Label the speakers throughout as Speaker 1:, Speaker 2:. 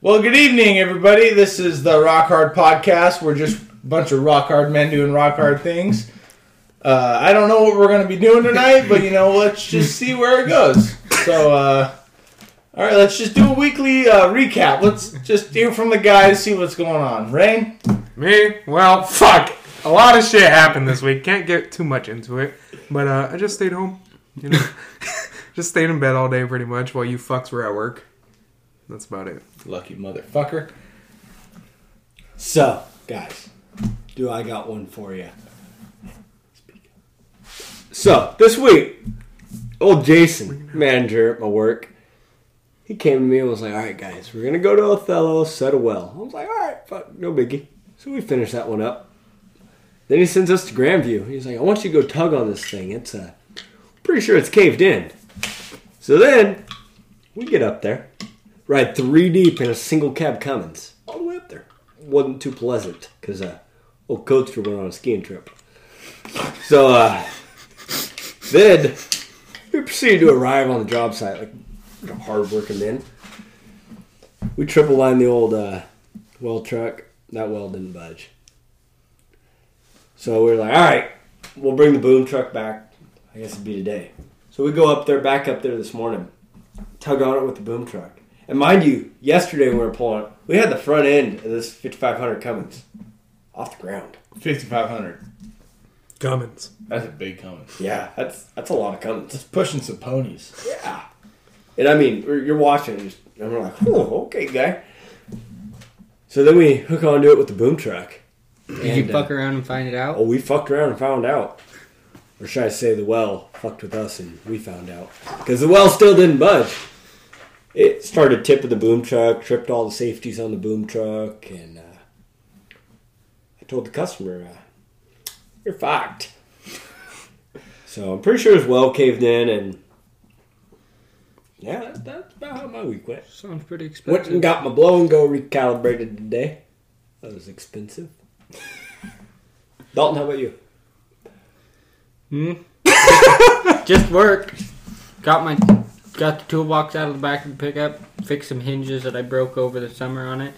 Speaker 1: Well, good evening, everybody. This is the Rock Hard Podcast. We're just a bunch of rock hard men doing rock hard things. Uh, I don't know what we're going to be doing tonight, but you know, let's just see where it goes. So, uh, all right, let's just do a weekly uh, recap. Let's just hear from the guys, see what's going on. Rain,
Speaker 2: Me? Well, fuck. A lot of shit happened this week. Can't get too much into it. But uh, I just stayed home. You know, just stayed in bed all day pretty much while you fucks were at work. That's about it.
Speaker 1: lucky motherfucker.
Speaker 3: So, guys, do I got one for you? So this week, old Jason, manager at my work, he came to me and was like, "All right, guys, we're gonna go to Othello, set a well." I was like, "All right, fuck, no biggie." So we finished that one up. Then he sends us to Grandview. He's like, "I want you to go tug on this thing. It's uh, pretty sure it's caved in." So then we get up there, ride three deep in a single cab Cummins all the way up there. Wasn't too pleasant because uh, old Coaster went on a skiing trip. So uh, then we proceeded to arrive on the job site like you know, hardworking men. We triple lined the old uh, well truck. That well didn't budge. So we were like, all right, we'll bring the boom truck back. I guess it'd be today. So we go up there, back up there this morning tug on it with the boom truck. And mind you, yesterday when we were pulling it, we had the front end of this 5500 Cummins off the ground.
Speaker 1: 5,500.
Speaker 2: Cummins.
Speaker 1: That's a big coming.
Speaker 3: Yeah, that's that's a lot of Cummins.
Speaker 1: Just pushing some ponies.
Speaker 3: Yeah. And I mean, we're- you're watching, and just- and we're like, oh, okay, guy. So then we hook onto it with the boom truck.
Speaker 4: Did you
Speaker 3: And,
Speaker 4: fuck around and find it
Speaker 3: Oh,
Speaker 4: out?
Speaker 3: we fucked around and found out. Or should I say the well fucked with us and we found out. Because the well still didn't budge. It started tipping the boom truck, tripped all the safeties on the boom truck, and uh, I told the customer, uh, you're fucked. So I'm pretty sure his well caved in, and yeah, that's, that's about how my week went.
Speaker 4: Sounds pretty
Speaker 3: Went
Speaker 4: expensive.
Speaker 3: and got my blow and go recalibrated today. That was expensive. Dalton, how about you?
Speaker 4: Hmm? Just work. Got my got the toolbox out of the back of the pickup. Fixed some hinges that I broke over the summer on it,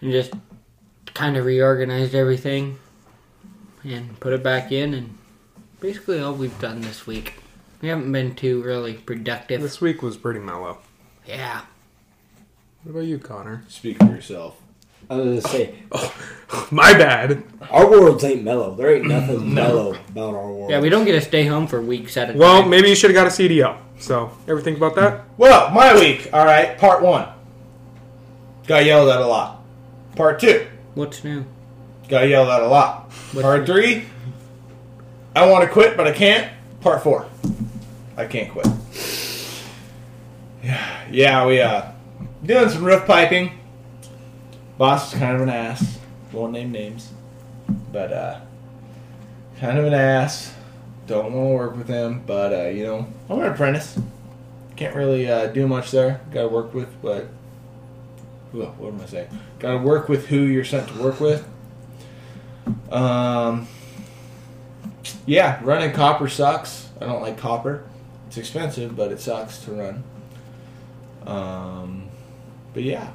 Speaker 4: and just kind of reorganized everything and put it back in. And basically all we've done this week. We haven't been too really productive.
Speaker 2: This week was pretty mellow.
Speaker 4: yeah.
Speaker 2: What about you, Connor?
Speaker 1: Speak for yourself.
Speaker 3: I was gonna say,
Speaker 2: My bad.
Speaker 3: our worlds ain't mellow. There ain't nothing mellow about our world.
Speaker 4: Yeah, we don't get to stay home for weeks at a
Speaker 2: Well,
Speaker 4: time.
Speaker 2: maybe you should have got a CDL. So, ever think about that?
Speaker 1: Well, my week, all right, part one. Got yelled at a lot. Part two.
Speaker 4: What's new?
Speaker 1: Got yelled at a lot.
Speaker 4: What-
Speaker 1: Part three, I want to quit, but I can't. Part four, I can't quit. Yeah, yeah, we uh doing some roof piping. Boss is kind of an ass. Won't name names, but uh, kind of an ass. Don't want to work with him, but uh, you know, I'm an apprentice. Can't really uh, do much there. Got to work with, but well, what am I saying? Got to work with who you're sent to work with. Um, yeah, running copper sucks. I don't like copper. It's expensive, but it sucks to run. Um, but yeah,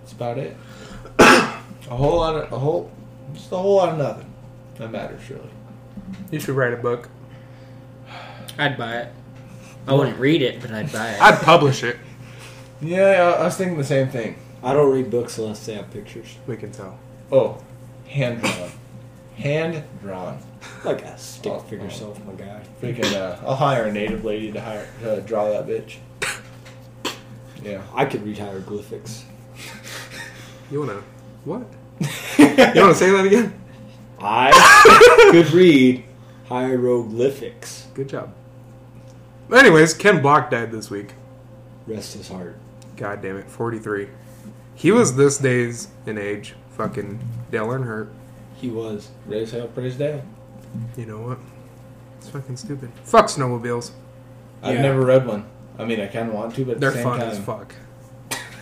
Speaker 1: that's about it. a whole lot of a whole, just a whole lot of nothing. That matters really.
Speaker 2: You should write a book.
Speaker 4: I'd buy it. I wouldn't read it, but I'd buy it.
Speaker 2: I'd publish it.
Speaker 1: Yeah, I, I was thinking the same thing.
Speaker 3: I don't read books unless they have pictures,
Speaker 2: We can tell.
Speaker 1: Oh, hand drawn, hand drawn.
Speaker 3: like a stick
Speaker 1: Oh,
Speaker 3: figure
Speaker 1: oh.
Speaker 3: self, my guy.
Speaker 1: Freaking, uh, I'll hire a native lady to hire to draw that bitch. Yeah.
Speaker 3: I could read hieroglyphics.
Speaker 2: You wanna. What? You wanna say that again?
Speaker 3: I could read hieroglyphics.
Speaker 2: Good job. Anyways, Ken Block died this week.
Speaker 3: Rest his heart.
Speaker 2: God damn it, 43. He was this day's in age. Fucking Dale Earnhardt.
Speaker 3: He was.
Speaker 1: Raise hell, praise down.
Speaker 2: You know what? It's fucking stupid. Fuck snowmobiles.
Speaker 1: I've
Speaker 3: Yeah.
Speaker 1: never read one. I mean, I kind of want to, but at
Speaker 2: They're
Speaker 1: the same
Speaker 2: fun
Speaker 1: time,
Speaker 2: as fuck.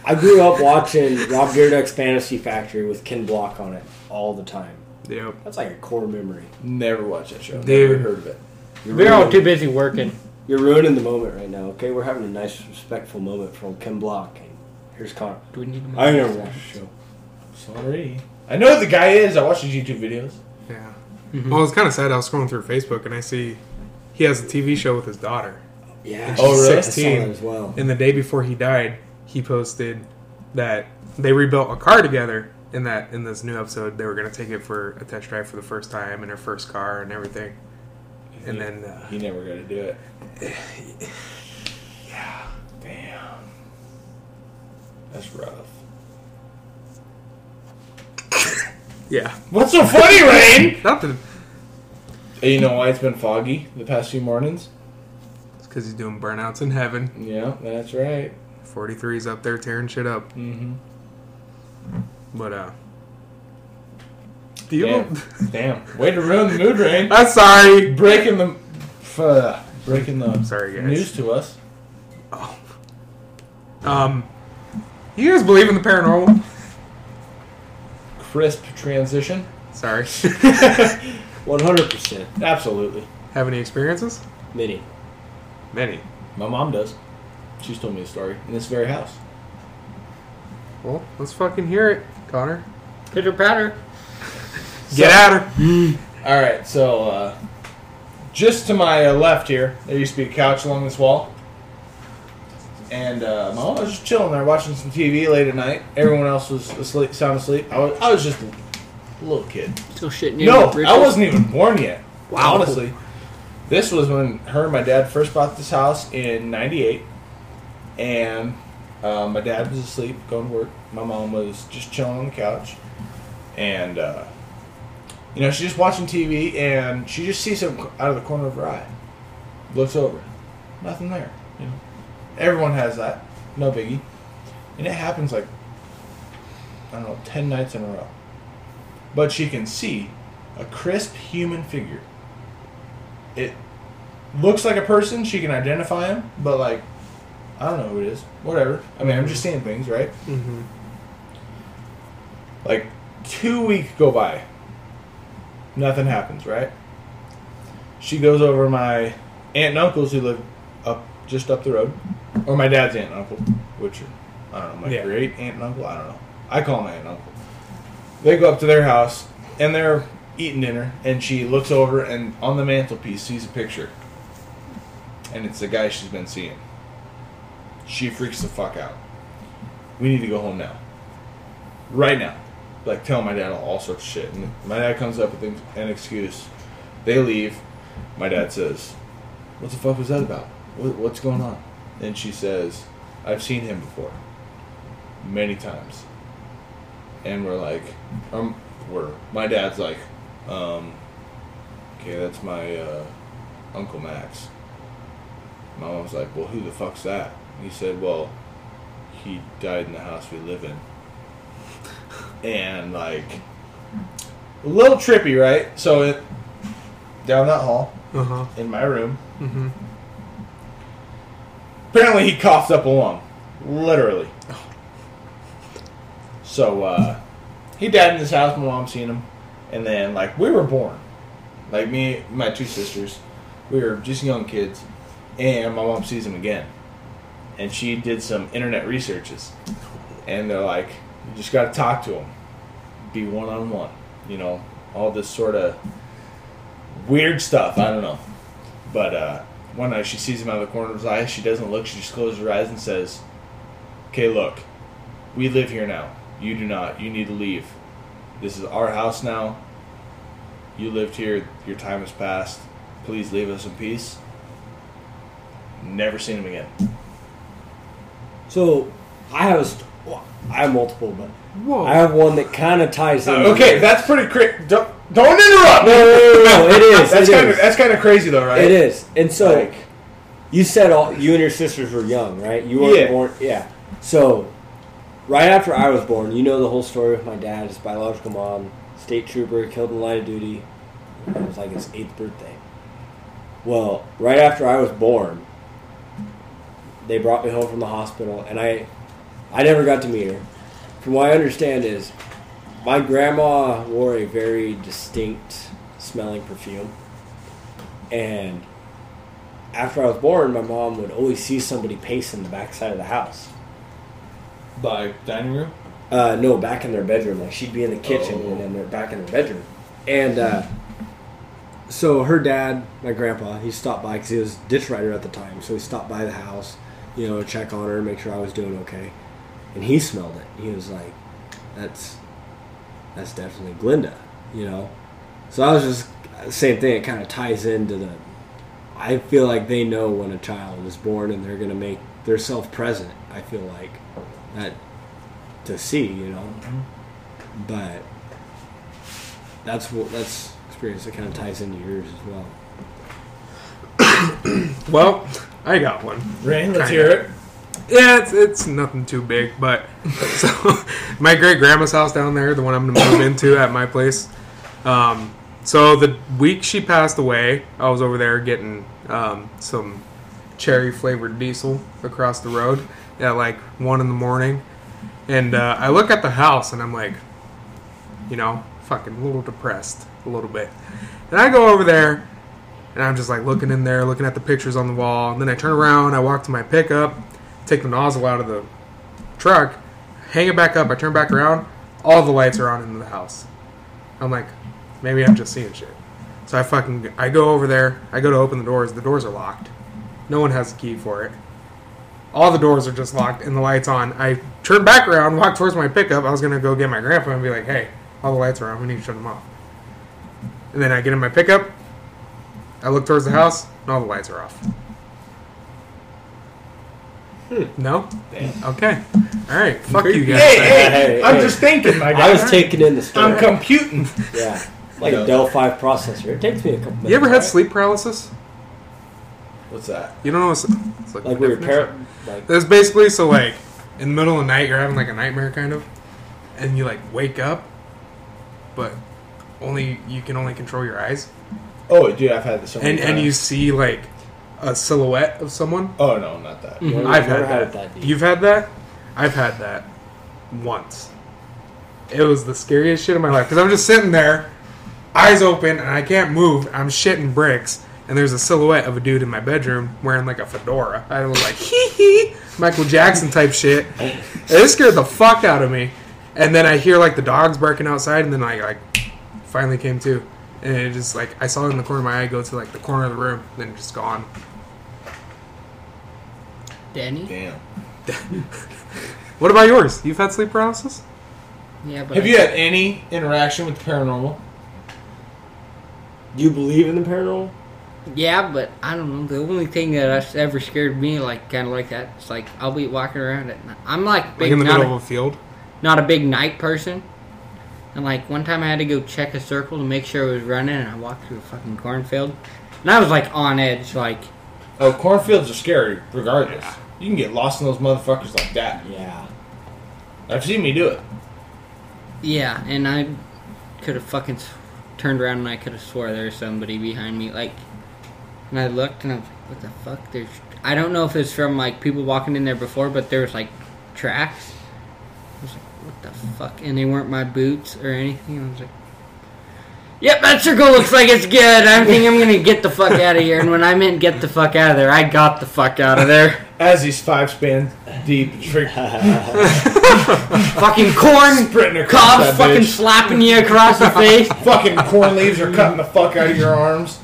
Speaker 3: I grew up watching Rob Dyrdek's Fantasy Factory with Ken Block on it all the time.
Speaker 2: Yep.
Speaker 3: That's like a core memory.
Speaker 1: never watched that show.
Speaker 2: Dude.
Speaker 1: Never heard of it.
Speaker 4: We're all too busy working.
Speaker 3: You're ruining the moment right now, okay? We're having a nice, respectful moment from Ken Block. And here's Connor.
Speaker 4: Do we need to
Speaker 3: I never watched the show.
Speaker 1: Sorry. I know who the guy is. I watch his YouTube videos.
Speaker 2: Yeah.
Speaker 1: Mm-hmm.
Speaker 4: Mhm.
Speaker 2: Well, it's kind of sad. I was scrolling through Facebook and I see he has a TV show with his daughter.
Speaker 3: Yeah.
Speaker 1: Oh,
Speaker 3: she's
Speaker 1: really?
Speaker 3: sick. I saw that
Speaker 2: 16.
Speaker 3: as well.
Speaker 2: And the day before he died, he posted that they rebuilt a car together. In that, in this new episode, they were going to take it for a test drive for the first time in her first car and everything. And then, uh,
Speaker 1: He never got to do it. yeah. Damn. That's rough.
Speaker 2: yeah,
Speaker 1: What's so funny, Rain?
Speaker 2: nothing.
Speaker 1: you know why it's been foggy the past few mornings?
Speaker 2: It's because he's doing burnouts in heaven.
Speaker 1: Yeah, that's right.
Speaker 2: 43's up there tearing shit up.
Speaker 1: Mm-hmm.
Speaker 2: But uh, do you?
Speaker 1: Damn. Damn. Way to ruin the mood, Rain.
Speaker 2: I'm sorry.
Speaker 1: Breaking the, f- uh, breaking the
Speaker 2: Sorry, guys.
Speaker 1: news to us.
Speaker 2: Oh. Um, you guys believe in the paranormal?
Speaker 1: Crisp transition.
Speaker 2: Sorry.
Speaker 3: 100%.
Speaker 1: Absolutely.
Speaker 2: Have any experiences?
Speaker 3: Mini.
Speaker 2: Many.
Speaker 1: My mom does. She's told me a story in this very house.
Speaker 2: Well, let's fucking hear it, Connor.
Speaker 4: Pitter patter.
Speaker 2: Get
Speaker 1: So-
Speaker 2: at her.
Speaker 1: All right, so uh, just to my uh, left here, there used to be a couch along this wall, and uh, my mom was just chilling there, watching some TV late at night. Everyone else was asleep, sound asleep. I was, I was just a little kid.
Speaker 4: Still shitting in
Speaker 1: No,
Speaker 4: with Richard.
Speaker 1: I wasn't even born yet.
Speaker 4: Wow.
Speaker 1: Honestly, this was when her and my dad first bought this house in '98, and uh, my dad was asleep going to work. My mom was just chilling on the couch, and uh, you know she's just watching TV, and she just sees something out of the corner of her eye. Looks over, nothing there. You know, everyone has that, no biggie, and it happens like I don't know, ten nights in a row. But she can see a crisp human figure. It looks like a person. She can identify him, but like, I don't know who it is. Whatever. I mean, I'm just seeing things, right?
Speaker 2: Mm-hmm.
Speaker 1: Like, two weeks go by. Nothing happens, right? She goes over to my aunt and uncles who live up just up the road, or my dad's aunt and uncle, which are, I don't know, my
Speaker 2: Yeah.
Speaker 1: great aunt and uncle. I don't know. I call them my aunt and uncle. They go up to their house and they're eating dinner, and she looks over and on the mantelpiece sees a picture, and it's the guy she's been seeing. She freaks the fuck out. We need to go home now. Right now. Like telling my dad all sorts of shit, and my dad comes up with an excuse. They leave. My dad says, "What the fuck was that about? What, what's going on?" And she says, "I've seen him before, many times." And we're like, um, we're my dad's like, um, okay, that's my uh, uncle Max. My mom's like, well, who the fuck's that? And he said, well, he died in the house we live in. And like, a little trippy, right? So it down that hall
Speaker 2: Uh huh.
Speaker 1: in my room.
Speaker 2: Mm-hmm.
Speaker 1: Apparently, he coughed up a lung, literally. So uh, he died in his house. My mom seen him, and then like we were born, like me, my two sisters, we were just young kids, and my mom sees him again, and she did some internet researches, and they're like, you just got to talk to him, be one on one, you know, all this sort of weird stuff. I don't know. But uh, one night she sees him out of the corner of his eye. She doesn't look. She just closes her eyes and says, "Okay, look, we live here now. You do not. You need to leave. This is our house now. You lived here. Your time has passed. Please leave us in peace." Never seen him again.
Speaker 3: So, I have a st- well, I have multiple, but
Speaker 2: Whoa.
Speaker 3: I have one that kind of ties in.
Speaker 1: Uh, okay, that's pretty crazy. Don't, don't interrupt.
Speaker 3: No, no, no, no, it is,
Speaker 1: That's
Speaker 3: it
Speaker 1: kind
Speaker 3: is.
Speaker 1: of that's kind of crazy though, right?
Speaker 3: It is. And so,
Speaker 1: Like-
Speaker 3: you said all you and your sisters were young, right? You weren't
Speaker 1: Yeah.
Speaker 3: born. Yeah. So, right after I was born, you know the whole story with my dad, his biological mom, state trooper, killed in the line of duty. It was like his eighth birthday. Well, right after I was born, they brought me home from the hospital, and I, I never got to meet her. From what I understand is, my grandma wore a very distinct smelling perfume, and after I was born, my mom would always see somebody pacing the backside of the house.
Speaker 1: By dining room?
Speaker 3: Uh, no, back in their bedroom. Like she'd be in the kitchen
Speaker 1: Oh.
Speaker 3: and then they're back in their bedroom. And uh, so her dad, my grandpa, he stopped by because he was ditch rider at the time. So he stopped by the house, you know, to check on her, make sure I was doing okay. And he smelled it. He was like, "That's that's definitely Glinda," you know. So I was just same thing. It kind of ties into the. I feel like they know when a child is born and they're gonna make their self present. I feel like that to see, you know. But that's what that's experience that kind of ties into yours as well.
Speaker 2: Well, I got one.
Speaker 1: Rain, let's
Speaker 2: Kinda.
Speaker 1: hear it.
Speaker 2: Yeah, it's, it's nothing too big, but so my great grandma's house down there, the one I'm gonna move into at my place. Um, so the week she passed away, I was over there getting um, some cherry flavored diesel across the road at like one in the morning, and uh, I look at the house and I'm like, you know, fucking a little depressed a little bit, and I go over there and I'm just like looking in there, looking at the pictures on the wall. And then I turn around, I walk to my pickup, take the nozzle out of the truck, hang it back up. I turn back around, all the lights are on in the house. I'm like, maybe I'm just seeing shit. So I fucking I go over there, I go to open the doors. The doors are locked. No one has a key for it. All the doors are just locked and the lights on. I turn back around, walk towards my pickup. I was gonna go get my grandpa and be like, "Hey, all the lights are on. We need to shut them off." And then I get in my pickup, I look towards the house, and all the lights are off. No?
Speaker 1: Damn.
Speaker 2: Okay. All right. Fuck you guys.
Speaker 1: Hey, hey,
Speaker 3: Hey,
Speaker 1: I'm
Speaker 3: hey.
Speaker 1: just thinking, my guy.
Speaker 3: I was taking in the story.
Speaker 1: I'm computing.
Speaker 3: yeah, like
Speaker 1: No.
Speaker 3: a Dell five processor. It takes me a couple. Minutes,
Speaker 2: You ever had
Speaker 3: right?
Speaker 2: sleep paralysis?
Speaker 1: What's that?
Speaker 2: You don't know what's it's like,
Speaker 3: Like we were
Speaker 2: definition.
Speaker 3: par- like
Speaker 2: It's basically so like in the middle of the night you're having like a nightmare kind of, and you like wake up, but only you can only control your eyes,
Speaker 1: Oh, dude, I've had this. So many
Speaker 2: and and
Speaker 1: times.
Speaker 2: you see like a silhouette of someone.
Speaker 1: Oh no, not that.
Speaker 4: Mm.
Speaker 3: I've
Speaker 2: I've had
Speaker 3: never had
Speaker 2: that.
Speaker 3: it that deep.
Speaker 2: You've had that? I've had that once. It was the scariest shit of my life because I'm just sitting there, eyes open, and I can't move. I'm shitting bricks, and there's a silhouette of a dude in my bedroom wearing like a fedora. I was like, hee hee, Michael Jackson type shit. And It scared the fuck out of me. And then I hear like the dogs barking outside, and then I like finally came to. And it just like I saw it in the corner of my eye go to like the corner of the room, then just gone.
Speaker 4: Danny?
Speaker 1: Damn.
Speaker 2: What about yours? You've had sleep paralysis?
Speaker 4: Yeah, but
Speaker 1: Have you had any interaction with the paranormal?
Speaker 3: Do you believe in the paranormal?
Speaker 4: Yeah, but I don't know. The only thing that's ever scared me, like kind of like that, it's like I'll be walking around at night. I'm like,
Speaker 2: Like
Speaker 4: big,
Speaker 2: in the
Speaker 4: not,
Speaker 2: middle
Speaker 4: a,
Speaker 2: of a field?
Speaker 4: not a big night person. And like one time I had to go check a circle to make sure it was running, and I walked through a fucking cornfield, and I was like on edge, like
Speaker 1: Oh, cornfields are scary, regardless. You can get lost in those motherfuckers like that.
Speaker 3: Yeah.
Speaker 1: I've seen me do it.
Speaker 4: yeah, and I could have fucking s- turned around and I could have swore there was somebody behind me, like. And I looked and I was like, what the fuck? There's I don't know if it's from like people walking in there before, but there was like tracks. I was like, what the fuck? And they weren't my boots or anything. I was like, yep, that circle looks like it's good. I think I'm gonna get the fuck out of here. And when I meant get the fuck out of there, I got the fuck out of there.
Speaker 1: As he's five span deep, freaking
Speaker 4: fucking corn
Speaker 1: sprinting across
Speaker 4: cops
Speaker 1: that
Speaker 4: fucking
Speaker 1: bitch.
Speaker 4: slapping you across the face.
Speaker 1: Fucking corn leaves are cutting the fuck out of your arms.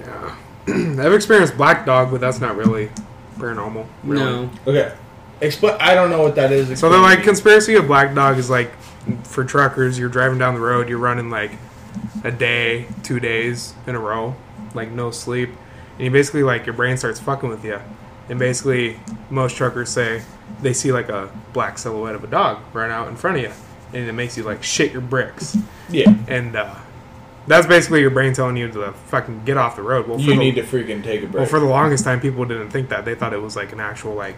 Speaker 2: Yeah. I've experienced black dog, but that's not really paranormal. really.
Speaker 4: No.
Speaker 1: Okay, explain. I don't know what that is.
Speaker 2: So they're like conspiracy of black dog is like for truckers, you're driving down the road, you're running like a day, two days in a row, like no sleep. And you basically like your brain starts fucking with you. And basically most truckers say they see like a black silhouette of a dog run out in front of you. And it makes you like shit your bricks.
Speaker 1: yeah.
Speaker 2: And uh, that's basically your brain telling you to fucking get off the road. Well, for
Speaker 1: You
Speaker 2: the-
Speaker 1: need to freaking take a break.
Speaker 2: Well, for the longest time, people didn't think that. They thought it was like an actual like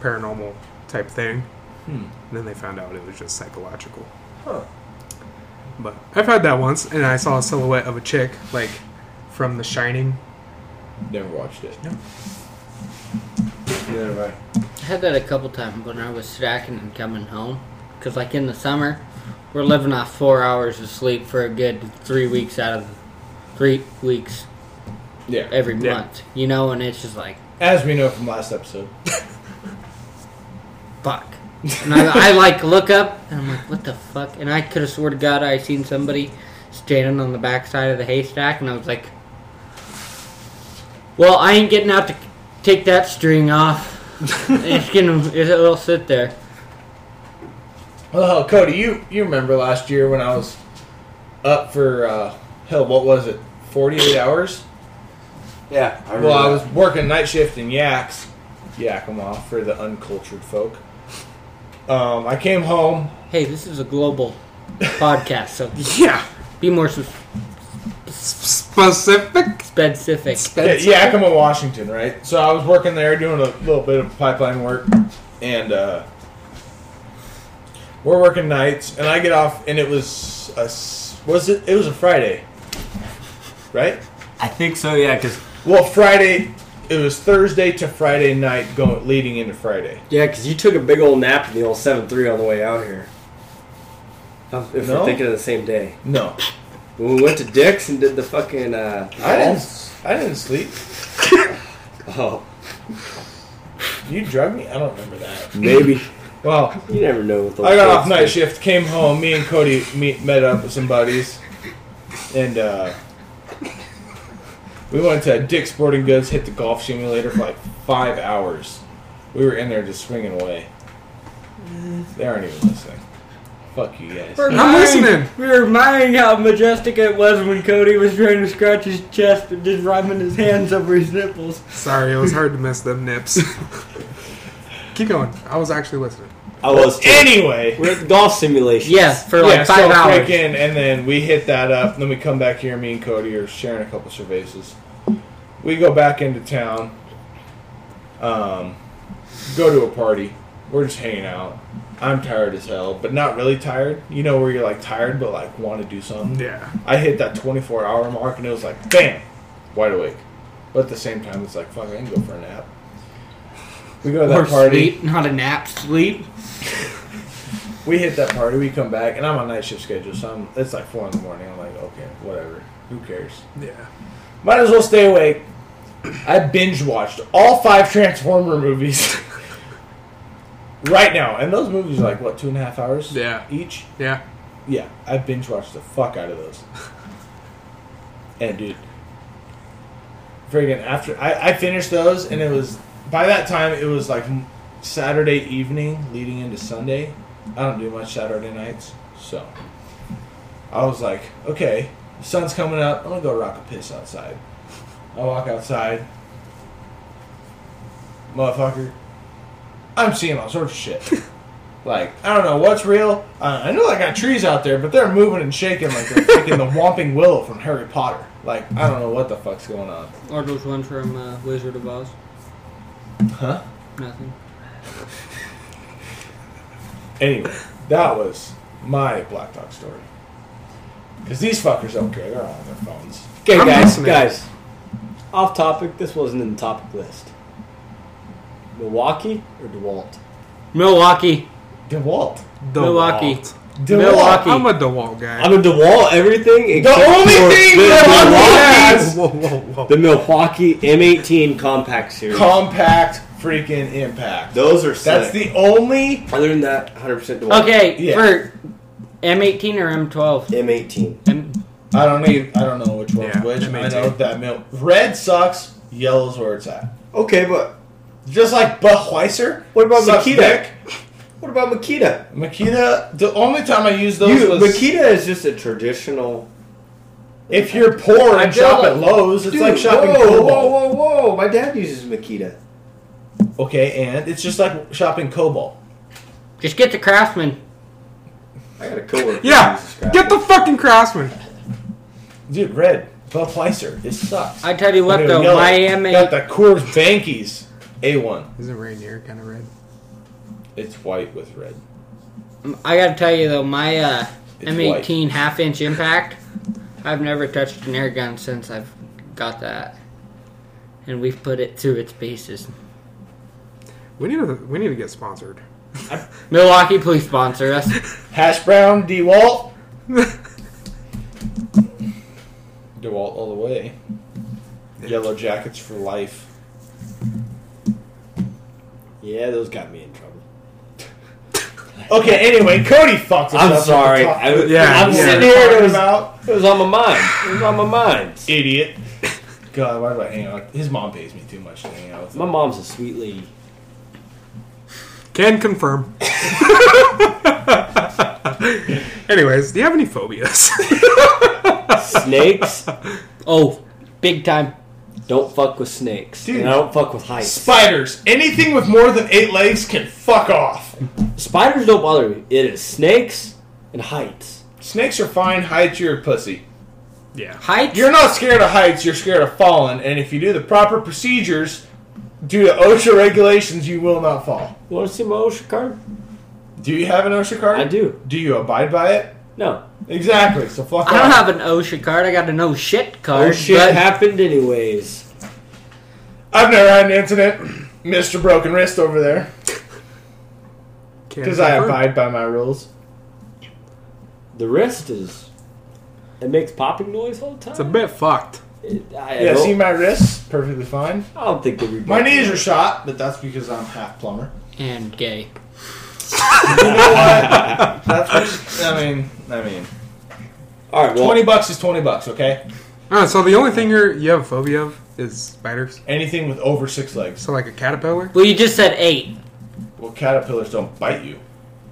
Speaker 2: paranormal type thing.
Speaker 1: Hmm.
Speaker 2: And then they found out it was just psychological.
Speaker 1: Huh.
Speaker 2: But I've had that once, and I saw a silhouette of a chick like from The Shining.
Speaker 1: Never watched it. Neither have I.
Speaker 4: I had that a couple times when I was stacking and coming home. Because, like, in the summer, we're living off four hours of sleep for a good three weeks out of three weeks
Speaker 1: Yeah.
Speaker 4: every
Speaker 2: Yeah.
Speaker 4: month, you know, and it's just like
Speaker 1: As we know from last episode.
Speaker 4: fuck. And I, I like look up and I'm like, what the fuck? And I could have swore to God I seen somebody standing on the backside of the haystack, and I was like, well, I ain't getting out to take that string off. it's gonna, it'll sit there.
Speaker 1: Well, hell, Oh, Cody, you you remember last year when I was up for uh, hell, what was it, forty eight hours?
Speaker 3: Yeah. I
Speaker 1: Well, I was working night shift in Yaks, Yakima, for the uncultured folk. Um, I came home.
Speaker 4: Hey, this is a global podcast, so
Speaker 2: Yeah.
Speaker 4: be more sus-
Speaker 2: S- specific.
Speaker 4: specific.
Speaker 1: Yeah,
Speaker 2: Specific.
Speaker 1: Yakima, Washington, right? So I was working there doing a little bit of pipeline work, and uh, we're working nights. And I get off, and it was a s- was it? It was a Friday, right?
Speaker 3: I think so. Yeah, because
Speaker 1: Well, Friday. It was Thursday to Friday night, going leading into Friday.
Speaker 3: yeah, because you took a big old nap in the old seven three on the way out here. If
Speaker 1: No?
Speaker 3: we're thinking of the same day,
Speaker 1: No,
Speaker 3: when we went to Dick's and did the fucking uh,
Speaker 1: I didn't. I didn't sleep.
Speaker 3: oh,
Speaker 1: You drugged me. I don't remember that.
Speaker 3: maybe
Speaker 1: Well,
Speaker 3: you never know. With those
Speaker 1: I got off
Speaker 3: kids.
Speaker 1: night shift, came home. Me and Cody meet, met up with some buddies, and uh, we went to Dick's Sporting Goods, hit the golf simulator for like five hours. We were in there just swinging away. They aren't even listening. Fuck you guys.
Speaker 4: We're
Speaker 2: I'm listening.
Speaker 4: We're admiring how majestic it was when Cody was trying to scratch his chest and just rubbing his hands over his nipples.
Speaker 2: Sorry, it was hard to miss them nips. Keep going. I was actually listening.
Speaker 3: I was too.
Speaker 1: Anyway,
Speaker 3: We're at the golf simulation.
Speaker 4: Yeah, for like
Speaker 1: yeah,
Speaker 4: five
Speaker 1: so
Speaker 4: hours.
Speaker 1: freaking- and then we hit that up. And then we come back here. Me and Cody are sharing a couple cervezas. We go back into town. Um, go to a party. We're just hanging out. I'm tired as hell, but not really tired. You know where you're like tired, but like want to do something.
Speaker 2: Yeah.
Speaker 1: I hit that 24 hour mark, and it was like bam, wide awake. But at the same time, it's like fuck, I can go for a nap. We go to that
Speaker 4: Or
Speaker 1: party.
Speaker 4: sleep, not a nap, sleep.
Speaker 1: We hit that party, we come back, and I'm on night shift schedule, so I'm, it's like four in the morning. I'm like, okay, whatever. Who cares?
Speaker 2: Yeah.
Speaker 1: Might as well stay awake. I binge watched all five Transformer movies right now, and those movies are like what two and a half hours?
Speaker 2: Yeah.
Speaker 1: each.
Speaker 2: Yeah.
Speaker 1: Yeah, I binge watched the fuck out of those. and dude, friggin' after I, I finished those, and it was by that time it was like m- Saturday evening leading into Sunday. I don't do much Saturday nights, so I was like, okay, the sun's coming up. I'm gonna go rock a piss outside. I walk outside, motherfucker. I'm seeing all sorts of shit. Like, I don't know what's real. Uh, I know I got trees out there, but they're moving and shaking like they're freaking the Whomping Willow from Harry Potter. Like, I don't know what the fuck's going on.
Speaker 4: Or those ones from uh, Wizard of Oz.
Speaker 1: Huh?
Speaker 4: Nothing.
Speaker 1: Anyway, that was my Black Dog story. Because these fuckers don't care. They're all on their phones.
Speaker 3: Okay,
Speaker 2: I'm
Speaker 3: guys,
Speaker 2: listening.
Speaker 3: guys. Off topic. This wasn't in the topic list. Milwaukee or Dewalt?
Speaker 4: Milwaukee.
Speaker 1: DeWalt.
Speaker 4: Milwaukee.
Speaker 2: DeWalt.
Speaker 1: DeWalt.
Speaker 4: Milwaukee.
Speaker 2: I'm a DeWalt guy.
Speaker 3: I'm a Dewalt. Everything. except
Speaker 1: only
Speaker 3: for
Speaker 1: thing
Speaker 3: the
Speaker 1: Milwaukee
Speaker 3: Milwaukee,
Speaker 1: has-
Speaker 2: Whoa, whoa, whoa.
Speaker 3: the Milwaukee M18 Compact Series.
Speaker 1: Compact freaking impact.
Speaker 3: Those are
Speaker 1: That's
Speaker 3: sick.
Speaker 1: the only.
Speaker 3: Other than that, 100 percent Dewalt.
Speaker 4: Okay,
Speaker 1: Yeah.
Speaker 4: for M18 or M12?
Speaker 3: M18.
Speaker 4: M-
Speaker 1: I don't even. I don't know which one's
Speaker 2: Yeah,
Speaker 1: which.
Speaker 2: that
Speaker 1: I
Speaker 2: makes
Speaker 1: know
Speaker 2: sense.
Speaker 1: that milk. Red sucks. Yellow's where it's at.
Speaker 3: Okay, but
Speaker 1: Just like Budweiser.
Speaker 3: what about
Speaker 1: Sucks
Speaker 3: Makita?
Speaker 1: dick.
Speaker 3: What about Makita?
Speaker 1: Makita. The only time I used those
Speaker 3: You,
Speaker 1: was
Speaker 3: Makita is just a traditional.
Speaker 1: if you're poor and shop at Lowe's. It's
Speaker 3: Dude,
Speaker 1: like shopping
Speaker 3: whoa,
Speaker 1: Cobalt.
Speaker 3: Whoa, whoa, whoa! My dad uses Makita.
Speaker 1: Okay, and it's just like shopping Cobalt.
Speaker 4: Just get the Craftsman.
Speaker 3: I got a coworker. who
Speaker 2: Yeah.
Speaker 3: uses Scrabble.
Speaker 2: Get the fucking Craftsman.
Speaker 1: Dude, red Budweiser. It sucks.
Speaker 4: I tell you what,
Speaker 1: Blue,
Speaker 4: though,
Speaker 1: yellow.
Speaker 4: my M8.
Speaker 1: Got the Coors Bankies. A one.
Speaker 2: Isn't Rainier kind of red?
Speaker 1: It's white with red.
Speaker 4: I gotta tell you though, my uh,
Speaker 1: It's
Speaker 4: M18 half inch impact, I've never touched an air gun since I've got that, and we've put it through its paces.
Speaker 2: We need to. We need to get sponsored.
Speaker 4: Milwaukee, please sponsor us.
Speaker 1: Hash brown DeWalt. DeWalt all the way. Yellow Jackets for life.
Speaker 3: Yeah, those got me in trouble.
Speaker 1: Okay, anyway, Cody fucked us up.
Speaker 3: I'm
Speaker 1: at the
Speaker 3: sorry.
Speaker 1: top.
Speaker 3: I, was-
Speaker 2: Yeah,
Speaker 3: I'm
Speaker 2: yeah.
Speaker 3: sitting here and it was,
Speaker 1: about
Speaker 3: it was on my mind. It was on my mind.
Speaker 1: idiot. God, why do I hang out? His mom pays me too much to hang out with
Speaker 3: My
Speaker 1: him.
Speaker 3: mom's a sweet lady.
Speaker 2: Can confirm. Anyways, do you have any phobias?
Speaker 3: Snakes?
Speaker 4: Oh, big time.
Speaker 3: Don't fuck with snakes.
Speaker 1: Dude.
Speaker 3: And I don't fuck with heights.
Speaker 1: Spiders. Anything with more than eight legs can fuck off.
Speaker 3: Spiders don't bother me. It is snakes and heights.
Speaker 1: Snakes are fine. Heights, you're a pussy.
Speaker 2: yeah.
Speaker 4: Heights?
Speaker 1: You're not scared of heights. You're scared of falling. And if you do the proper procedures, due to OSHA regulations, you will not fall.
Speaker 3: You want to see my OSHA card?
Speaker 1: Do you have an OSHA card?
Speaker 3: I do.
Speaker 1: Do you abide by it?
Speaker 3: No.
Speaker 1: Exactly. So fuck
Speaker 4: I don't
Speaker 1: off.
Speaker 4: have an OSHA card. I got an no shit card.
Speaker 3: Oh shit
Speaker 4: but-
Speaker 3: happened anyways.
Speaker 1: I've never had an incident, Mister Broken Wrist over there,
Speaker 2: Can
Speaker 1: because I
Speaker 2: confirm.
Speaker 1: abide by my rules.
Speaker 3: The wrist is. It makes popping noise all the time.
Speaker 2: It's a bit fucked.
Speaker 3: It- I, I
Speaker 1: Yeah,
Speaker 3: don't,
Speaker 1: see my wrists, perfectly fine.
Speaker 3: I don't think they
Speaker 1: My knees are shot, but that's because I'm half plumber.
Speaker 4: And gay.
Speaker 1: That's what, I mean, I mean,
Speaker 3: All right. Well,
Speaker 1: twenty bucks is twenty bucks. Okay,
Speaker 2: Oh, so the only thing you're you have a phobia of is spiders.
Speaker 1: anything with over six legs.
Speaker 2: So like a caterpillar.
Speaker 4: Well, you just said eight.
Speaker 1: Well, caterpillars don't bite you.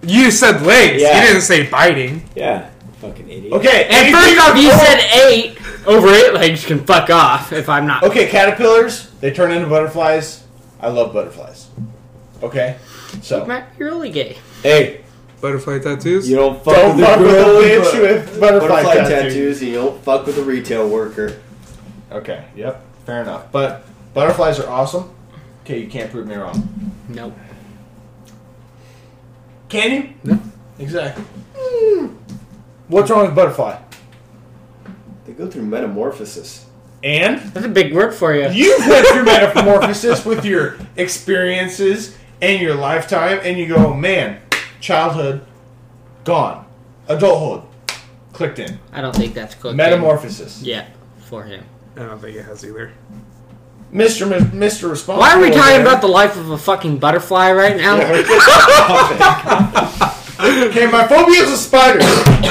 Speaker 2: You said legs.
Speaker 3: Yeah.
Speaker 2: You didn't say biting.
Speaker 3: yeah. Fucking idiot.
Speaker 1: Okay,
Speaker 4: And
Speaker 1: anything
Speaker 4: first off,
Speaker 1: with
Speaker 4: you
Speaker 1: over-
Speaker 4: said eight. Over eight legs can fuck off if I'm not.
Speaker 1: Okay, caterpillars. They turn into butterflies. I love butterflies. Okay, so
Speaker 4: Matt, You're really gay.
Speaker 3: Hey,
Speaker 2: Butterfly tattoos.
Speaker 3: you don't fuck
Speaker 1: don't
Speaker 3: with
Speaker 1: fuck
Speaker 3: the
Speaker 1: with a
Speaker 3: girl
Speaker 1: bitch with butterfly,
Speaker 5: butterfly
Speaker 1: tattoos.
Speaker 5: tattoos and you don't fuck with a retail worker.
Speaker 1: Okay, yep, fair enough. But butterflies are awesome. Okay, you can't prove me wrong.
Speaker 4: Nope.
Speaker 1: Can you?
Speaker 2: No.
Speaker 1: Exactly. Hmm. What's wrong with butterfly?
Speaker 5: They go through metamorphosis.
Speaker 1: And
Speaker 4: That's a big word for you.
Speaker 1: You've went through metamorphosis with your experiences and your lifetime, and you go, man, childhood, gone. Adulthood, clicked in.
Speaker 4: I don't think that's cooked. in.
Speaker 1: Metamorphosis.
Speaker 4: Yeah, for him.
Speaker 2: I don't think it has either.
Speaker 1: Mr. Mi- Mr. Responsible.
Speaker 4: Why are we talking
Speaker 1: there
Speaker 4: about the life of a fucking butterfly right now?
Speaker 1: Okay, my phobia is a spider.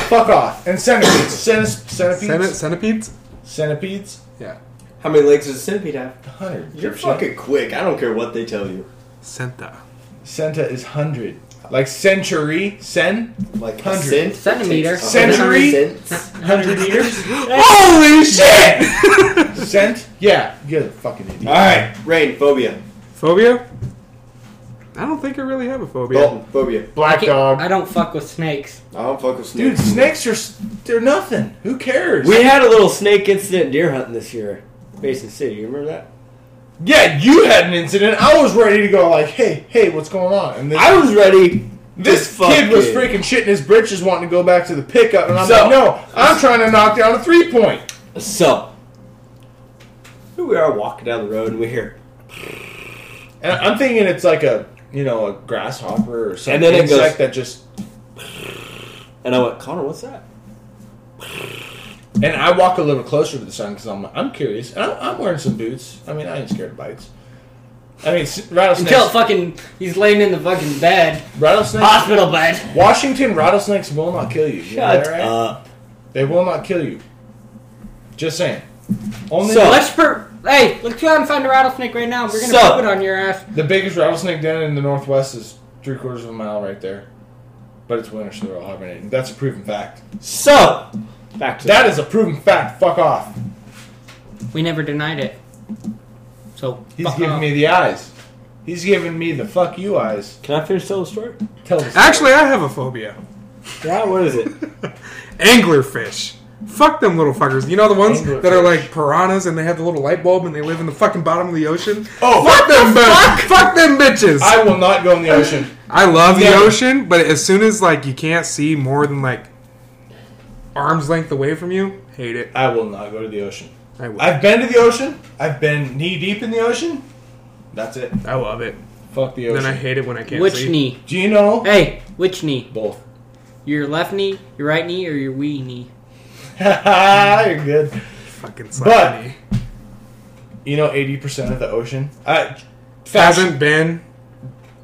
Speaker 1: Fuck off. And centipedes. Centi- centipedes.
Speaker 2: Centi- centipedes.
Speaker 1: centipedes.
Speaker 2: Yeah.
Speaker 5: How many legs does a centipede have?
Speaker 1: 100.
Speaker 5: You're
Speaker 1: Shit.
Speaker 5: fucking quick. I don't care what they tell you.
Speaker 2: Senta.
Speaker 1: Centa is 100. Like century. Sen?
Speaker 5: Like a
Speaker 1: Hundred.
Speaker 5: cent
Speaker 4: Centimeter.
Speaker 5: takes a
Speaker 1: Century.
Speaker 5: hundred cents.
Speaker 1: 100 years?
Speaker 2: Holy shit!
Speaker 1: Cent? Yeah. You're the fucking idiot.
Speaker 5: All right, rain phobia.
Speaker 2: phobia. I don't think I really have a phobia.
Speaker 1: Oh.
Speaker 5: Dalton phobia.
Speaker 4: I,
Speaker 1: Black
Speaker 4: can't-
Speaker 1: dog.
Speaker 4: I don't fuck with snakes.
Speaker 5: I don't fuck with
Speaker 1: Dude,
Speaker 5: snakes.
Speaker 1: snakes are s- they're nothing. Who cares?
Speaker 3: We had a little snake incident deer hunting this year, Basin City. You remember that?
Speaker 1: yeah, you had an incident. I was ready to go like, hey, hey, what's going on? And this,
Speaker 3: I was ready.
Speaker 1: this
Speaker 3: fuck
Speaker 1: kid was
Speaker 3: it.
Speaker 1: freaking shitting his britches, wanting to go back to the pickup, and I'm
Speaker 3: So-
Speaker 1: like, no, I'm trying to knock down a three point.
Speaker 3: So, here we are walking down the road, and we hear,
Speaker 1: And I'm thinking it's like a you know a grasshopper or some
Speaker 3: And then it
Speaker 1: insect
Speaker 3: goes-
Speaker 1: that just.
Speaker 3: and I went, Connor, what's that?
Speaker 1: And I walk a little closer to the sun because I'm I'm curious. And I'm, I'm wearing some boots. I mean, I ain't scared of bites. I mean, s- rattlesnakes.
Speaker 4: Until fucking he's laying in the fucking bed,
Speaker 1: rattlesnakes.
Speaker 4: hospital bed.
Speaker 1: Washington rattlesnakes will not kill you. you know
Speaker 3: Shut
Speaker 1: that, right?
Speaker 3: up.
Speaker 1: They will not kill you. Just saying. Only
Speaker 3: So-
Speaker 4: Let's per. Hey, let's go out and find a rattlesnake right now. We're gonna
Speaker 3: So-
Speaker 4: poop it on your ass.
Speaker 1: the biggest rattlesnake den in the northwest is three quarters of a mile right there. But it's winter, so they're all hibernating. That's a proven fact.
Speaker 3: So, back to
Speaker 1: That is a proven fact. Fuck off.
Speaker 4: We never denied it. So
Speaker 1: He's
Speaker 4: fuck
Speaker 1: giving
Speaker 4: off.
Speaker 1: me the eyes. He's giving me the fuck you eyes.
Speaker 3: Can I finish telling the story?
Speaker 1: Tell the story.
Speaker 2: Actually, I have a phobia.
Speaker 3: Yeah, what is it?
Speaker 2: Anglerfish. Fuck them little fuckers. You know the ones that are
Speaker 1: Anglerfish.
Speaker 2: like piranhas and they have the little light bulb and they live in the fucking bottom of the ocean.
Speaker 1: Oh,
Speaker 2: fuck them, fuck? fuck them bitches. I,
Speaker 1: I will not go in the ocean.
Speaker 2: love the
Speaker 1: Yeah.
Speaker 2: ocean, but as soon as like you can't see more than like arm's length away from you, hate it.
Speaker 1: I will not go to the ocean.
Speaker 2: I, will. I,
Speaker 1: I've been to the ocean. I've been knee deep in the ocean. That's it.
Speaker 2: love it.
Speaker 1: Fuck the
Speaker 2: Then I
Speaker 1: ocean.
Speaker 2: hate it when I can't
Speaker 4: Which
Speaker 2: see.
Speaker 4: knee?
Speaker 1: Do you know?
Speaker 4: Hey, which knee?
Speaker 1: Both.
Speaker 4: Your left knee, your right knee, or your wee knee?
Speaker 1: You're good.
Speaker 2: Fucking
Speaker 1: But-
Speaker 2: slap knee.
Speaker 1: You know, eighty percent of the ocean uh,
Speaker 2: Hasn't been.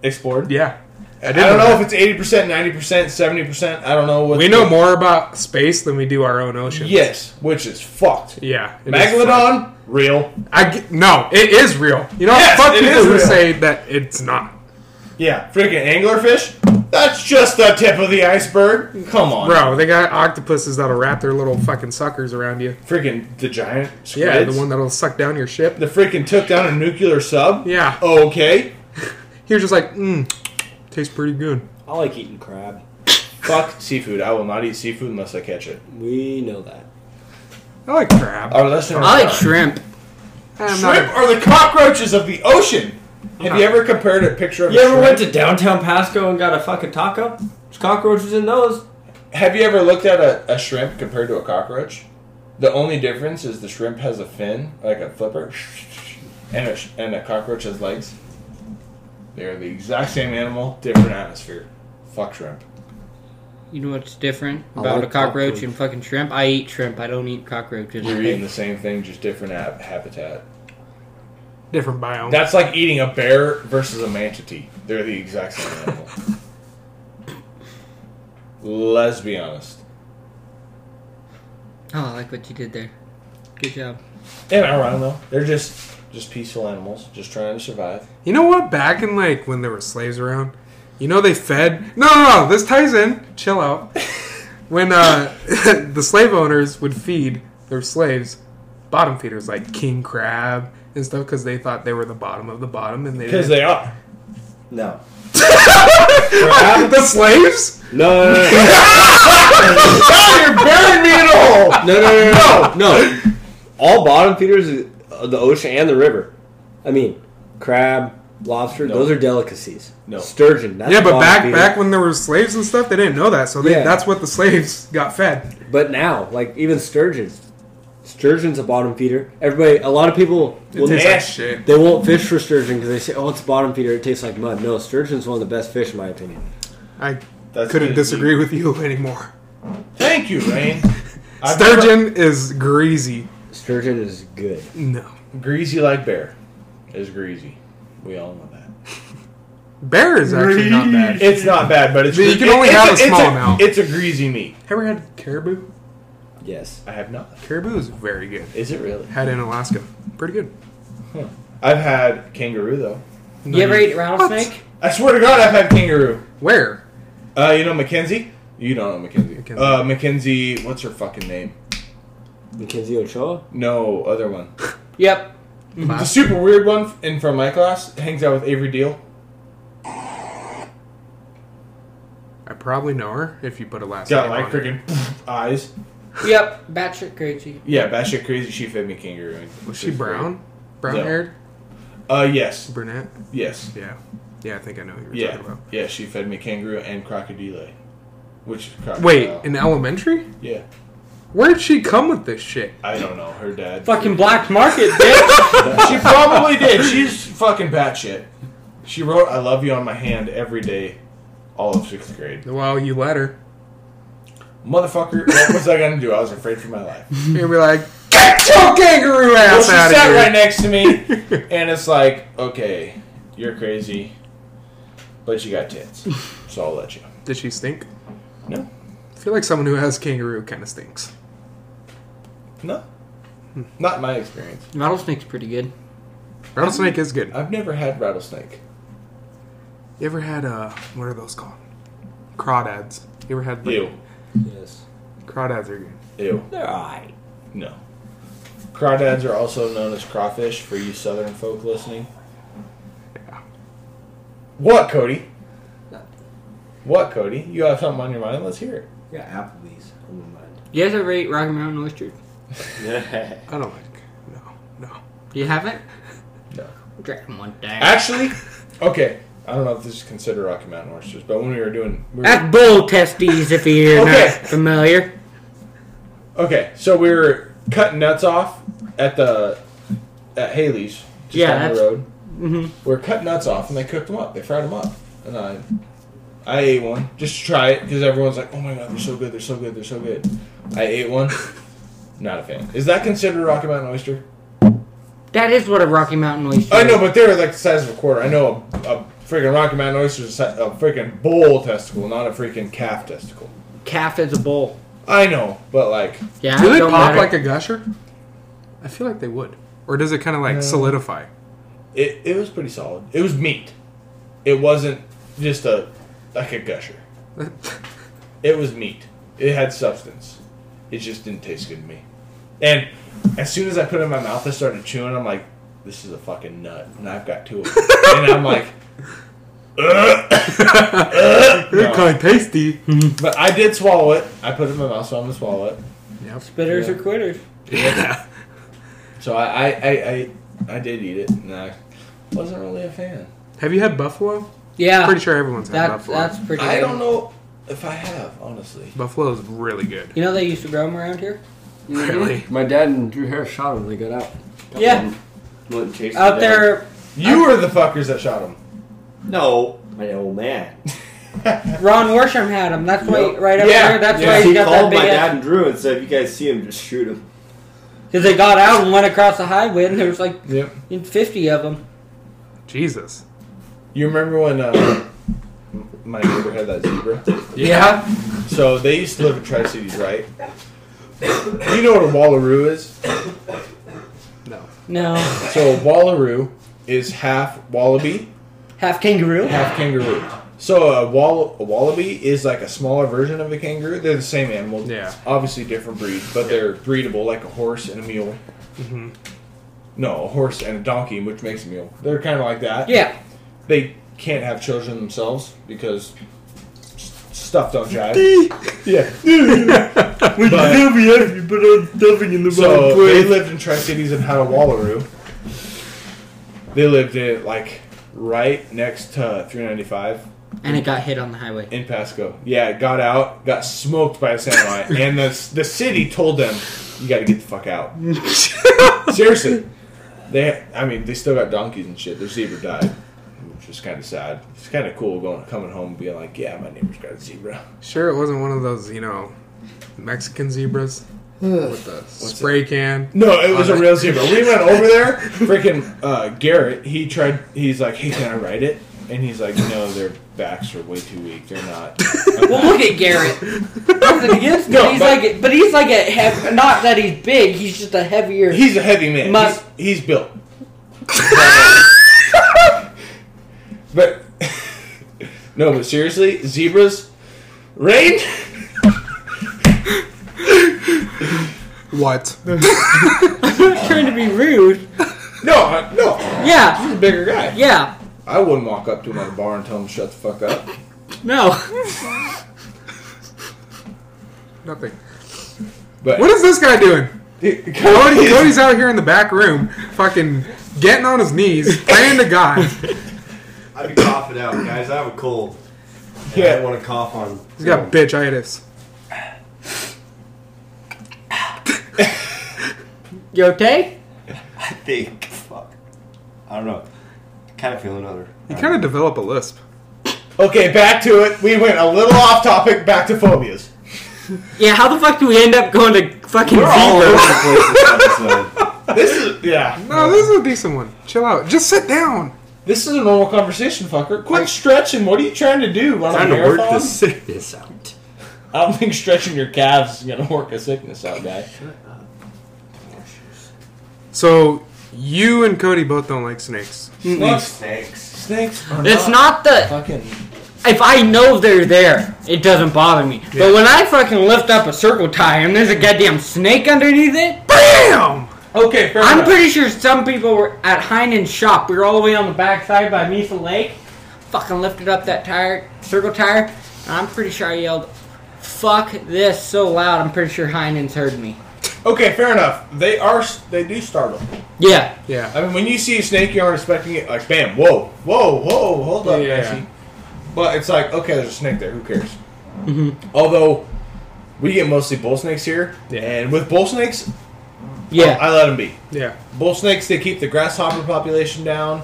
Speaker 1: explored.
Speaker 2: Yeah.
Speaker 1: I,
Speaker 2: did
Speaker 1: don't
Speaker 2: know
Speaker 1: know
Speaker 2: that.
Speaker 1: if it's eighty percent, ninety percent, seventy percent. I don't know what
Speaker 2: We know more about space than we do our own oceans.
Speaker 1: Yes, which is fucked.
Speaker 2: Yeah. it is fun.
Speaker 1: Megalodon, real.
Speaker 2: I g- no, it is real. You know,
Speaker 1: Yes,
Speaker 2: fuck
Speaker 1: it
Speaker 2: people
Speaker 1: is
Speaker 2: who
Speaker 1: real.
Speaker 2: say that it's not.
Speaker 1: Yeah, freaking anglerfish. That's just the tip of the iceberg. Come on,
Speaker 2: Bro, they got octopuses that'll wrap their little fucking suckers around you.
Speaker 1: Freaking the giant squids.
Speaker 2: Yeah, the one that'll suck down your ship.
Speaker 1: The freaking took down a nuclear sub.
Speaker 2: Yeah.
Speaker 1: Okay.
Speaker 2: You're just like, mmm, tastes pretty good.
Speaker 3: I like eating crab.
Speaker 1: Fuck seafood. I will not eat seafood unless I catch it.
Speaker 3: We know that.
Speaker 2: I like crab.
Speaker 1: Our listeners.
Speaker 4: I like shrimp.
Speaker 2: I'm not
Speaker 1: Shrimp
Speaker 2: a-
Speaker 1: are the cockroaches of the ocean. Have you ever compared a picture of
Speaker 3: You
Speaker 1: a
Speaker 3: ever
Speaker 1: shrimp?
Speaker 3: went to downtown Pasco and got a fucking taco? There's cockroaches in those.
Speaker 1: Have you ever looked at a, a shrimp compared to a cockroach? The only difference is the shrimp has a fin, like a flipper, and a, sh- and a cockroach has legs. They are the exact same animal, different atmosphere. Fuck shrimp.
Speaker 4: You know what's different
Speaker 3: I
Speaker 4: about
Speaker 3: like
Speaker 4: a cockroach
Speaker 3: cockroach.
Speaker 4: and fucking shrimp? I eat shrimp. I don't eat cockroaches.
Speaker 1: You're eating the same thing, just different hab- habitat.
Speaker 2: different biome.
Speaker 1: That's like eating a bear versus a manatee. They're the exact same animal. Let's be honest.
Speaker 4: Oh, I like what you did there. Good job.
Speaker 1: And I don't know. They're just just peaceful animals, just trying to survive.
Speaker 2: You know what? Back in like when there were slaves around, you know they fed. No, no, no. This ties in. Chill out. when uh, the slave owners would feed their slaves bottom feeders like king crab and stuff because they thought they were the bottom of the bottom and they
Speaker 1: Because
Speaker 2: didn't-
Speaker 1: they are.
Speaker 5: No.
Speaker 2: the slaves.
Speaker 3: No, no, no,
Speaker 1: Oh, you're burying me in a hole! No!
Speaker 3: Oh, no, no, no, no, no. All bottom feeders, uh, the ocean and the river. I mean, crab, lobster, those are delicacies.
Speaker 1: No.
Speaker 3: sturgeon. That's
Speaker 2: yeah,
Speaker 3: a
Speaker 2: but
Speaker 3: bottom
Speaker 2: back
Speaker 3: feeder.
Speaker 2: back when there were slaves and stuff, they didn't know that, so they,
Speaker 3: Yeah.
Speaker 2: that's what the slaves got fed.
Speaker 3: But now, like even sturgeon, sturgeon's a bottom feeder. Everybody, a lot of people will
Speaker 2: It tastes
Speaker 1: man.
Speaker 2: like shit.
Speaker 3: They won't fish for sturgeon because they say, "Oh, it's bottom feeder. It tastes like mud." No, sturgeon's one of the best fish, in my opinion.
Speaker 2: I
Speaker 1: That's
Speaker 2: couldn't
Speaker 1: good.
Speaker 2: disagree with you anymore.
Speaker 1: Thank you, Rain. I've never-
Speaker 2: Sturgeon is greasy.
Speaker 3: Sturgeon is good.
Speaker 2: No,
Speaker 1: greasy like bear is greasy. We all know that.
Speaker 2: bear is actually not bad.
Speaker 1: It's not bad, but it's
Speaker 2: You can only
Speaker 1: it's
Speaker 2: have a small
Speaker 1: it's
Speaker 2: amount.
Speaker 1: It's a greasy meat.
Speaker 2: Ever had caribou?
Speaker 3: Yes.
Speaker 1: I have not.
Speaker 2: Caribou is very good.
Speaker 1: Is it really?
Speaker 2: Had in Alaska. Pretty good.
Speaker 1: I've had kangaroo though.
Speaker 4: You ever eat
Speaker 2: rattlesnake?
Speaker 4: rattlesnake?
Speaker 1: I swear to God, I've had kangaroo.
Speaker 2: Where?
Speaker 1: Uh, you know Mackenzie? You don't know Mackenzie.
Speaker 2: Mackenzie.
Speaker 1: Uh, Mackenzie, what's her fucking name?
Speaker 3: Mackenzie Ochoa.
Speaker 1: No, other one.
Speaker 4: Yep.
Speaker 1: The super weird one in from my class hangs out with Avery Deal.
Speaker 2: I probably know her if you put a last
Speaker 1: Got
Speaker 2: name
Speaker 1: like
Speaker 2: on it.
Speaker 1: freaking eyes.
Speaker 4: Yep. Batshit crazy.
Speaker 1: Yeah, batshit crazy. She fed me kangaroo.
Speaker 2: Was she brown? Brown
Speaker 1: No.
Speaker 2: haired?
Speaker 1: Uh, yes,
Speaker 2: Brunette?
Speaker 1: yes,
Speaker 2: Yeah. Yeah, I think I know who you're
Speaker 1: yeah,
Speaker 2: talking about.
Speaker 1: yeah. She fed me kangaroo and crocodile, which is crocodile.
Speaker 2: Wait, in elementary?
Speaker 1: yeah,
Speaker 2: Where'd she come with this shit?
Speaker 1: I don't know. Her dad.
Speaker 4: Fucking black market, bitch.
Speaker 1: she probably did. She's fucking batshit. She wrote "I love you" on my hand every day, all of sixth grade.
Speaker 2: Well, you let her.
Speaker 1: Motherfucker, what was I gonna do? I was afraid for my life.
Speaker 2: You'd be like, get your kangaroo
Speaker 1: Well,
Speaker 2: ass
Speaker 1: she
Speaker 2: out
Speaker 1: sat
Speaker 2: of here.
Speaker 1: right next to me, and it's like, okay, you're crazy, but you got tits, so I'll let you.
Speaker 2: Did she stink?
Speaker 1: No,
Speaker 2: I feel like someone who has kangaroo kind of stinks.
Speaker 1: no, not my experience.
Speaker 4: Rattlesnake's pretty good.
Speaker 2: Rattlesnake is good.
Speaker 1: I've never had rattlesnake.
Speaker 2: You ever had, uh, what are those called? Crawdads. You ever had, like,
Speaker 1: Ew,
Speaker 3: Yes.
Speaker 2: crawdads are good.
Speaker 1: ew,
Speaker 3: They're alright.
Speaker 1: no. Crawdads are also known as crawfish for you Southern folk listening. What, Cody? What, Cody? You have something on your mind? Let's hear it.
Speaker 3: Yeah, Applebee's. On my mind.
Speaker 4: You guys ever ate Rocky Mountain oysters?
Speaker 2: I don't like, no, no.
Speaker 4: You haven't?
Speaker 1: No.
Speaker 4: Drink 'em one day.
Speaker 1: Actually, okay. I don't know if this is considered Rocky Mountain oysters, but when we were doing, we were-
Speaker 4: That's bull testes if you're
Speaker 1: Okay.
Speaker 4: not familiar.
Speaker 1: okay, so we were cutting nuts off at the at Haley's, just
Speaker 4: Yeah,
Speaker 1: down the
Speaker 4: that's-
Speaker 1: road.
Speaker 4: Mhm.
Speaker 1: We were cutting nuts off, and they cooked them up. They fried them up, and I I ate one just to try it because everyone's like, "Oh my god, they're so good! They're so good! They're so good!" I ate one. Not a fan. Is that considered Rocky Mountain oyster?
Speaker 4: That is what a Rocky Mountain oyster.
Speaker 1: I know,
Speaker 4: is.
Speaker 1: but they're like the size of a quarter. I know a, a freaking Rocky Mountain oyster is a si- a freaking bull testicle, not a freaking calf testicle.
Speaker 4: calf is a bull.
Speaker 1: I know, but like,
Speaker 4: Yeah,
Speaker 2: Do
Speaker 4: it
Speaker 2: they
Speaker 4: don't
Speaker 2: pop
Speaker 4: matter.
Speaker 2: like a gusher? I feel like they would. Or does it kind of like
Speaker 1: No.
Speaker 2: solidify?
Speaker 1: it, it was pretty solid. It was meat. It wasn't just a like a gusher. It was meat. It had substance. It just didn't taste good to me. And as soon as I put it in my mouth, I started chewing. I'm like, this is a fucking nut, and I've got two of them. and I'm like,
Speaker 2: They're kind of tasty.
Speaker 1: but I did swallow it. I put it in my mouth, so I'm gonna swallow it.
Speaker 2: Yep.
Speaker 4: Spitters or quitters.
Speaker 2: Yeah.
Speaker 1: So I I, I, I, I did eat it, and I wasn't really a fan.
Speaker 2: Have you had buffalo?
Speaker 4: Yeah,
Speaker 2: Pretty sure everyone's had
Speaker 4: that,
Speaker 2: buffalo.
Speaker 4: that's pretty.
Speaker 1: I
Speaker 4: good.
Speaker 1: don't know if I have, honestly.
Speaker 2: Buffalo is really good.
Speaker 4: You know they used to grow them around here.
Speaker 2: Really.
Speaker 3: My dad and Drew Harris shot him when they got out.
Speaker 4: Yeah,
Speaker 5: Went and chased
Speaker 4: out
Speaker 5: it down.
Speaker 4: there,
Speaker 1: You were the fuckers that shot him.
Speaker 5: No, my old man.
Speaker 4: Ron Worsham had them. That's why,
Speaker 5: Yep.
Speaker 4: right up
Speaker 1: Yeah,
Speaker 4: there. That's
Speaker 1: yeah.
Speaker 4: why
Speaker 5: he
Speaker 4: he got that
Speaker 5: called
Speaker 4: big
Speaker 5: my dad
Speaker 4: ass.
Speaker 5: and Drew and said, "If you guys see him, just shoot him."
Speaker 4: Because they got out and went across the highway, and there was like
Speaker 1: Yep.
Speaker 4: fifty of them.
Speaker 2: Jesus.
Speaker 1: You remember when uh, my neighbor had that zebra?
Speaker 4: Yeah.
Speaker 1: So they used to live in Tri Cities, right? You know what a wallaroo is?
Speaker 2: No.
Speaker 4: No.
Speaker 1: So a wallaroo is half wallaby,
Speaker 4: Half kangaroo.
Speaker 1: half kangaroo. So a, wall- a wallaby is like a smaller version of a kangaroo. They're the same animal.
Speaker 2: Yeah.
Speaker 1: Obviously different breeds, but they're breedable like a horse and a mule.
Speaker 2: Mhm.
Speaker 1: No, a horse and a donkey, which makes a mule. They're kind of like that.
Speaker 4: Yeah.
Speaker 1: They can't have children themselves because s- stuff don't jive. yeah.
Speaker 2: Would
Speaker 1: But-
Speaker 2: you be if you put all the stuffing in the
Speaker 1: So they lived in Tri Cities and had a Wallaroo. They lived in like right next to 395
Speaker 4: And it got hit on the highway.
Speaker 1: in Pasco. Yeah, it got out, got smoked by a semi, and the the city told them, "You got to get the fuck out." Seriously, they. I mean, they still got donkeys and shit. Their zebra died, which is kind of sad. It's kind of cool going coming home and being like, "Yeah, my neighbor's got a zebra."
Speaker 2: Sure, it wasn't one of those, you know, Mexican zebras with the spray can.
Speaker 1: No, it was a
Speaker 2: Alright.
Speaker 1: real zebra. We went over there. Freaking uh, Garrett, he tried. He's like, "Hey, can I ride it?" And he's like, "No, their backs are way too weak. They're not." I'm
Speaker 4: Well,
Speaker 1: not."
Speaker 4: look at Garrett. Nothing against him.
Speaker 1: No,
Speaker 4: he's
Speaker 1: but-
Speaker 4: like, but he's like a hev- not that he's big. He's just a heavier.
Speaker 1: He's a heavy man.
Speaker 4: Must-
Speaker 1: He's, he's built. but no, but seriously, zebras, rain.
Speaker 2: What?
Speaker 4: trying to be rude.
Speaker 1: No, I- no,
Speaker 4: Yeah.
Speaker 1: he's a bigger guy.
Speaker 4: Yeah.
Speaker 1: I wouldn't walk up to him at a bar and tell him to shut the fuck up.
Speaker 4: No.
Speaker 2: Nothing.
Speaker 1: But
Speaker 2: What is this guy doing?
Speaker 1: Dude,
Speaker 2: Cody,
Speaker 1: Cody is-
Speaker 2: Cody's out here in the back room, fucking getting on his knees, praying to God.
Speaker 5: I'd be coughing out, guys. I have a cold.
Speaker 1: I Yeah. don't
Speaker 5: want to cough on.
Speaker 2: He's got bitch itis.
Speaker 4: You okay?
Speaker 5: I think. Fuck. I don't know. Kind of feeling other.
Speaker 2: You kind of develop a lisp.
Speaker 1: Okay, back to it. We went a little off topic. Back to phobias.
Speaker 4: Yeah. How the fuck do we end up going to fucking
Speaker 5: We're all over
Speaker 4: zebras?
Speaker 5: the place this episode.
Speaker 1: This is yeah.
Speaker 2: No, this is a decent one. Chill out. Just sit down.
Speaker 1: This is a normal conversation, fucker. Quit stretching. What are you trying to do? Run
Speaker 3: Trying
Speaker 1: a
Speaker 3: to work
Speaker 1: marathon?
Speaker 3: this sickness out.
Speaker 1: I don't think stretching your calves is gonna work a sickness out, guy.
Speaker 2: So, you and Cody both don't like snakes.
Speaker 1: Fuck
Speaker 5: Snakes.
Speaker 1: Snakes are
Speaker 4: It's not the
Speaker 1: fucking.
Speaker 4: if I know they're there, it doesn't bother me. But when I fucking lift up a circle tire and there's a goddamn snake underneath it,
Speaker 2: BAM!
Speaker 1: Okay, fair
Speaker 4: I'm
Speaker 1: enough.
Speaker 4: pretty sure some people were at Heinen's shop. We were all the way on the backside by Mesa Lake. Fucking lifted up that tire, circle tire, and I'm pretty sure I yelled, "Fuck this!" so loud. I'm pretty sure Heinen's heard me.
Speaker 1: okay, fair enough. They are. They do startle.
Speaker 4: Yeah,
Speaker 2: Yeah. uh,
Speaker 1: I mean, when you see a snake, you aren't expecting it. Like, bam, whoa, whoa, whoa, hold up,
Speaker 2: Yeah.
Speaker 1: Jesse. But it's like, okay, there's a snake there. Who cares?
Speaker 4: Mm-hmm.
Speaker 1: Although we get mostly bull snakes here,
Speaker 2: Yeah.
Speaker 1: and with bull snakes,
Speaker 4: yeah.
Speaker 1: Oh, I let them be.
Speaker 2: Yeah.
Speaker 1: bull snakes they keep the grasshopper population down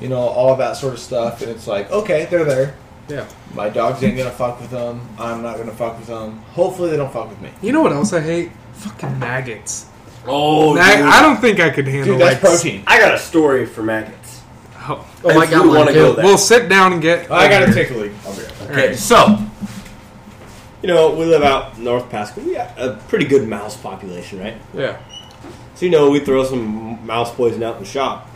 Speaker 1: you know all that sort of stuff and it's like okay they're there
Speaker 2: Yeah.
Speaker 1: my dogs ain't gonna fuck with them i'm not gonna fuck with them hopefully they don't fuck with me
Speaker 2: You know what else I hate? Fucking maggots.
Speaker 5: Oh,
Speaker 2: I, I don't think I could handle
Speaker 1: Dude,
Speaker 2: like.
Speaker 1: that's protein.
Speaker 5: I got a
Speaker 3: Story for maggots.
Speaker 2: Oh.
Speaker 4: Oh, I
Speaker 5: If
Speaker 4: got
Speaker 5: you
Speaker 4: one
Speaker 5: wanna
Speaker 4: too.
Speaker 5: go there.
Speaker 2: We'll sit down and get.
Speaker 1: Oh, I gotta take a leak. I'll be right back.
Speaker 5: Okay, so
Speaker 3: You know, we live out north Pasco. We got a pretty good mouse population, right?
Speaker 2: Yeah.
Speaker 3: So you know, we throw some mouse poison out in the shop,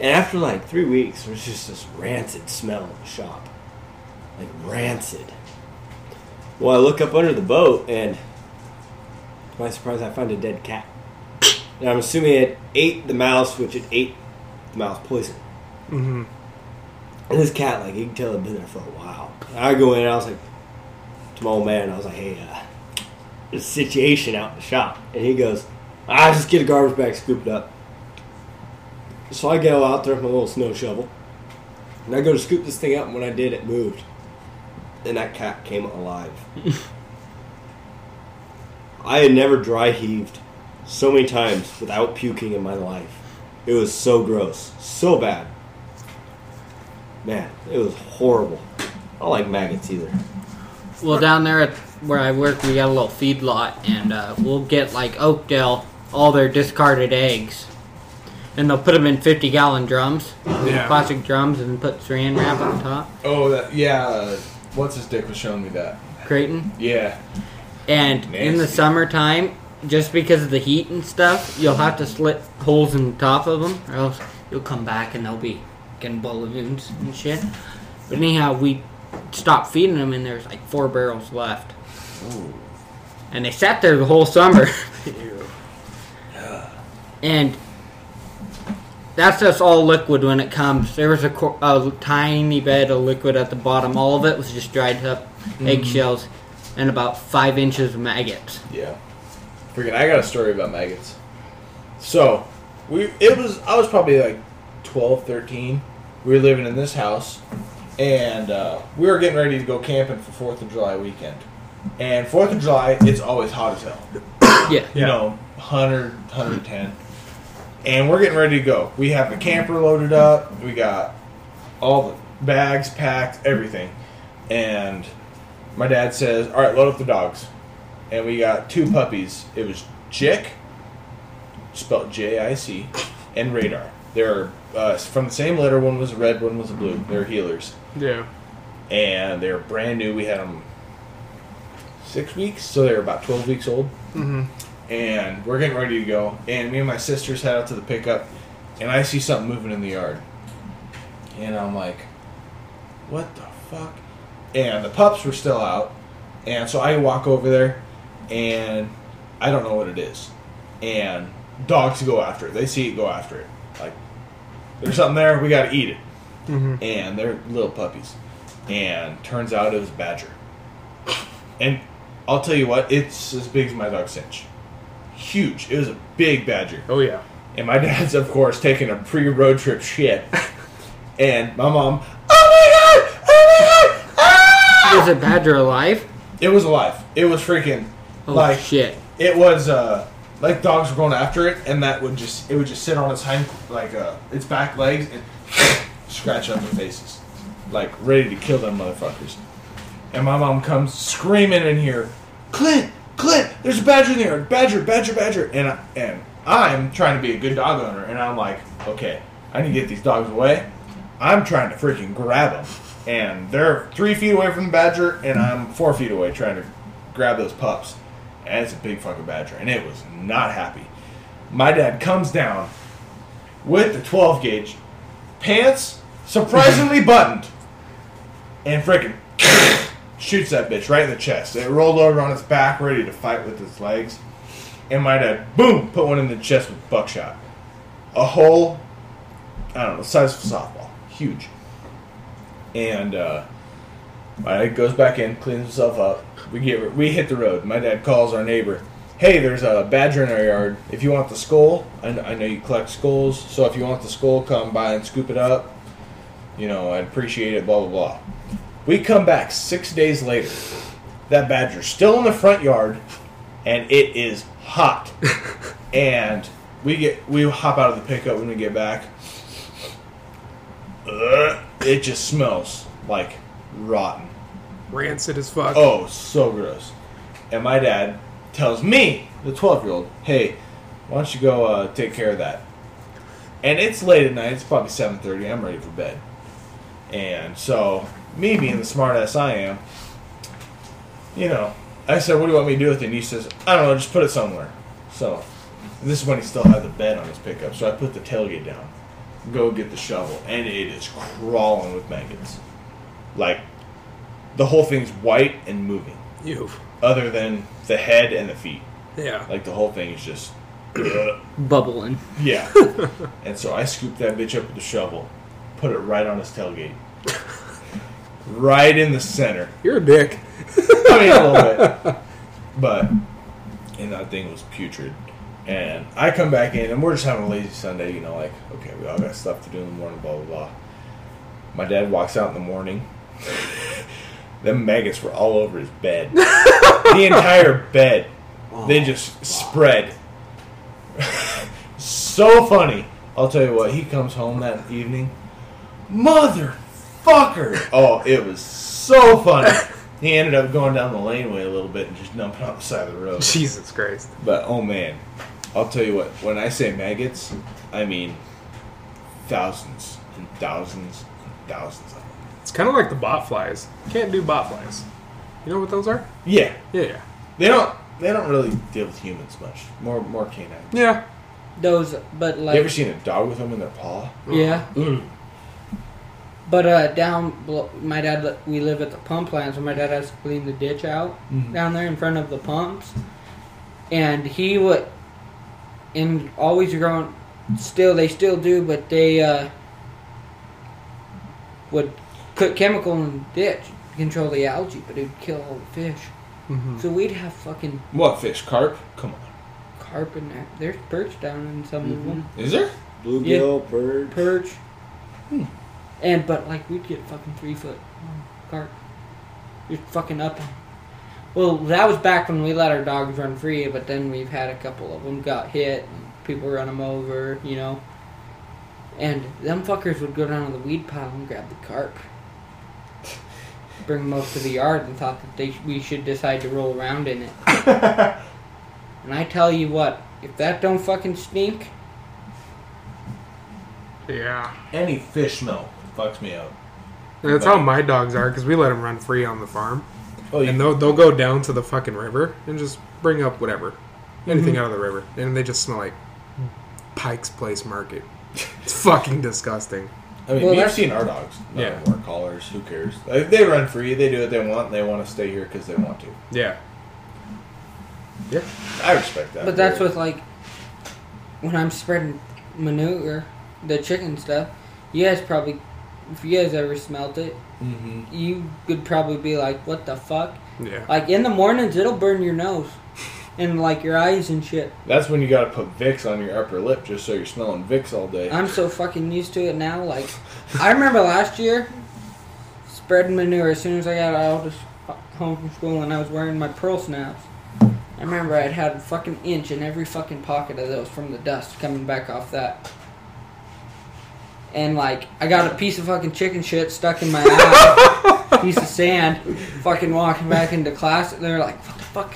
Speaker 3: and after like three weeks, there's just this rancid smell in the shop, like rancid. Well, I look up under the boat, and to my surprise, I find a dead cat. And I'm assuming it ate the mouse, which it ate the mouse poison.
Speaker 2: Mm-hmm.
Speaker 3: And this cat, like, you can tell it'd been there for a while. And I go in and I was like, to my old man, I was like, hey, uh, there's a situation out in the shop. And he goes, I just get a garbage bag, scoop it up. So I go out there with my little snow shovel. And I go to scoop this thing up, and when I did, it moved. And that cat came alive. I had never dry heaved so many times without puking in my life. It was so gross, so bad. Man, it was horrible. I don't like maggots either.
Speaker 4: Well, down there at where I work, we got a little feed lot, and uh, we'll get like Oakdale all their discarded eggs, and they'll put them in fifty gallon drums,
Speaker 2: Yeah.
Speaker 4: plastic drums, and put saran wrap on top.
Speaker 1: Oh, that, yeah. Uh, what's his dick was showing me that.
Speaker 4: Creighton,
Speaker 1: Yeah.
Speaker 4: and in the
Speaker 1: Nasty.
Speaker 4: summertime, just because of the heat and stuff, you'll have to slit holes in the top of them, or else you'll come back and they'll be getting balloons and shit. But anyhow, we stopped feeding them, and there's like four barrels left, and they sat there the whole summer. and that's just all liquid when it comes. There was a, cor- a tiny bed of liquid at the bottom. All of it was just dried up eggshells and about five inches of maggots.
Speaker 1: Yeah. Freaking, I got a story about maggots. So, we it was I was probably like 12, 13. We were living in this house, and uh, we were getting ready to go camping for Fourth of July weekend. And Fourth of July, it's always hot as hell.
Speaker 4: Yeah.
Speaker 1: you know 100 110 and we're getting ready to go we have the camper loaded up we got all the bags packed everything and my dad says all right load up the dogs and we got two puppies it was jick spelled j-i-c and radar they're uh, from the same litter one was a red one was a blue they're healers
Speaker 2: Yeah.
Speaker 1: and they're brand new we had them six weeks so they're about 12 weeks old
Speaker 2: Mm-hmm.
Speaker 1: and we're getting ready to go. And me and my sisters head out to the pickup, and I see something moving in the yard, and I'm like, "What the fuck?" And the pups were still out, and so I walk over there, and I don't know what it is, and dogs go after it. They see it, go after it. Like, there's something there. We gotta eat it.
Speaker 2: Mm-hmm.
Speaker 1: And they're little puppies, and turns out it was a badger. And I'll tell you what, it's as big as my dog Cinch huge. It was a big badger.
Speaker 2: Oh yeah.
Speaker 1: And my dad's, of course, taking a pre road trip shit. and my mom, oh my god, oh my god, ah!
Speaker 4: Is a badger alive?
Speaker 1: It was alive. It was freaking
Speaker 4: Oh
Speaker 1: like
Speaker 4: shit!
Speaker 1: it was uh like dogs were going after it, and that would just it would just sit on its hind like uh its back legs and scratch up their faces, like ready to kill them motherfuckers. And my mom comes screaming in here, Clint, Clint, there's a badger in there, badger, badger, badger, and I, and I'm trying to be a good dog owner, and I'm like, okay, I need to get these dogs away. I'm trying to freaking grab them, and they're three feet away from the badger, and I'm four feet away trying to grab those pups. And it's a big fucking badger, and it was not happy. My dad comes down with the 12 gauge, pants surprisingly buttoned, and freaking shoots that bitch right in the chest. It rolled over on its back, ready to fight with its legs. And my dad, boom, put one in the chest with buckshot. A hole, I don't know, the size of a softball. Huge. And uh, my dad goes back in, cleans himself up. We get we hit the road. My dad calls our neighbor. Hey, there's a badger in our yard. If you want the skull, I, kn- I know you collect skulls, so if you want the skull, come by and scoop it up. You know, I'd appreciate it, blah, blah, blah. We come back six days later. That badger's still in the front yard, and it is hot. and we get we hop out of the pickup when we get back. Ugh, it just smells like rotten.
Speaker 2: Rancid as fuck.
Speaker 1: Oh, so gross. And my dad tells me, the 12 year old, hey, Why don't you go uh, take care of that? And it's late at night. It's probably seven thirty. I'm ready for bed. And so, me being the smartass I am, you know, I said, "What do you want me to do with it?" And he says, "I don't know. Just put it somewhere." So, this is when he still had the bed on his pickup. So I put the tailgate down, go get the shovel, and it is crawling with maggots. Like, the whole thing's white and moving,
Speaker 2: You.
Speaker 1: other than the head and the feet.
Speaker 2: Yeah.
Speaker 1: Like the whole thing is just.
Speaker 4: bubbling.
Speaker 1: Yeah. and so I scooped that bitch up with a shovel, put it right on his tailgate. right in the center.
Speaker 2: You're a dick.
Speaker 1: I mean, a little bit. But, and that thing was putrid. And I come back in, and we're just having a lazy Sunday, you know, like, okay, we all got stuff to do in the morning, blah, blah, blah. My dad walks out in the morning. Them maggots were all over his bed. the entire bed. They just spread. so funny. I'll tell you what, he comes home that evening. Motherfucker! Oh, it was so funny. He ended up going down the laneway a little bit and just dumping on the side of the road.
Speaker 2: Jesus Christ.
Speaker 1: But oh man, I'll tell you what. When I say maggots, I mean thousands and thousands and thousands of them.
Speaker 2: It's kind of like the bot flies. Can't do bot flies. You know what those are?
Speaker 1: Yeah,
Speaker 2: Yeah, yeah.
Speaker 1: they don't they don't really deal with humans much. More more canine.
Speaker 2: Yeah.
Speaker 4: Those, but
Speaker 1: You ever Mm.
Speaker 4: like,
Speaker 1: seen a dog with them in their paw?
Speaker 4: yeah. But uh, down, below, my dad, li- we live at the pump plant, so my dad has to clean the ditch out
Speaker 1: Mm.
Speaker 4: down there in front of the pumps. And he would, and always growing, still, they still do, but they uh, would put chemical in the ditch to control the algae, but it would kill all the fish.
Speaker 1: Mm.
Speaker 2: hmm
Speaker 4: So we'd have fucking
Speaker 1: What fish? Carp? Come on.
Speaker 4: carp in there. There's perch down in some of them.
Speaker 1: Is there?
Speaker 3: Bluegill, bird.
Speaker 4: Perch. And but like we'd get fucking three foot long carp. You're fucking up. 'em. Well, that was back when we let our dogs run free, but then we've had a couple of them got hit. And people run them over, you know. And them fuckers would go down to the weed pile and grab the carp. Bring them up to the yard and thought that they we should decide to roll around in it. and I tell you what, if that don't fucking stink,
Speaker 2: Yeah.
Speaker 1: Any fish smell fucks me up.
Speaker 2: And that's how my dogs are because we let them run free on the farm.
Speaker 1: Oh, you
Speaker 2: And they'll, they'll go down to the fucking river and just bring up whatever.
Speaker 1: Mm-hmm.
Speaker 2: Anything out of the river. And they just smell like Pike's Place Market. It's fucking disgusting.
Speaker 1: I mean,
Speaker 4: Well,
Speaker 1: we've
Speaker 4: that's-
Speaker 1: seen our dogs. None
Speaker 2: Yeah.
Speaker 1: of them are collars. Who cares? Like, they run free. They do what they want. and They want to stay here because they want to.
Speaker 2: Yeah. Yeah.
Speaker 1: I respect that.
Speaker 4: But that's with like when I'm spreading manure, the chicken stuff. You guys probably, if you guys ever smelt it,
Speaker 1: Mm-hmm.
Speaker 4: you could probably be like, "What the fuck?"
Speaker 2: Yeah.
Speaker 4: Like in the mornings, it'll burn your nose and like your eyes and shit.
Speaker 1: That's when you gotta put Vicks on your upper lip just so you're smelling Vicks all day.
Speaker 4: I'm so fucking used to it now. Like I remember last year, spreading manure as soon as I got out of s- home from school and I was wearing my pearl snaps. I remember I'd had a fucking inch in every fucking pocket of those from the dust coming back off that. And like I got a piece of fucking chicken shit stuck in my eye, piece of sand. Fucking walking back into class, and they're like, "What the fuck?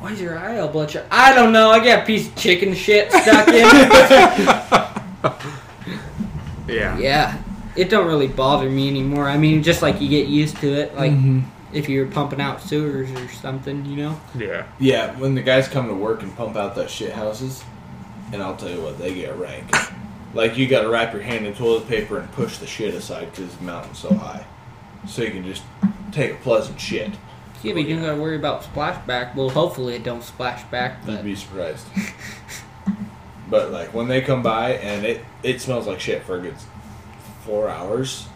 Speaker 4: Why is your eye all bloodshot?" I don't know. I got a piece of chicken shit stuck in. it."
Speaker 2: Yeah.
Speaker 4: Yeah, it don't really bother me anymore. I mean, just like you get used to it, like if you're pumping out sewers or something, you know.
Speaker 2: Yeah.
Speaker 1: Yeah, when the guys come to work and pump out that shit houses, and I'll tell you what, they get rank. Like you gotta wrap your hand in toilet paper and push the shit aside because the mountain's so high, so you can just take a pleasant shit.
Speaker 4: Yeah, but you don't gotta worry about splashback. Well, hopefully it don't splash back,
Speaker 1: You'd
Speaker 4: but
Speaker 1: be surprised. but like when they come by and it it smells like shit for a good four hours.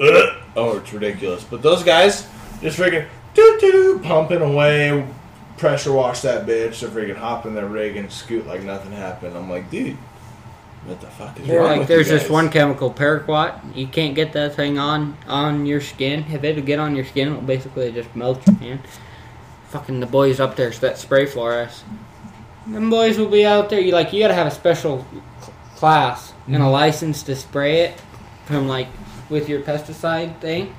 Speaker 1: Ugh. Oh, it's ridiculous. But those guys just freaking doo doo pumping away, pressure wash that bitch. They freaking hop in their rig and scoot like nothing happened. I'm like, dude, what the fuck is
Speaker 4: or
Speaker 1: wrong
Speaker 4: like
Speaker 1: with you
Speaker 4: there's this
Speaker 1: guys?
Speaker 4: one chemical paraquat. You can't get that thing on on your skin. If it'll get on your skin, it'll basically just melt your hand. Fucking the boys up there that spray for us. Them boys will be out there. You like you gotta have a special cl- class and a
Speaker 1: Mm-hmm.
Speaker 4: license to spray it from like with your pesticide thing.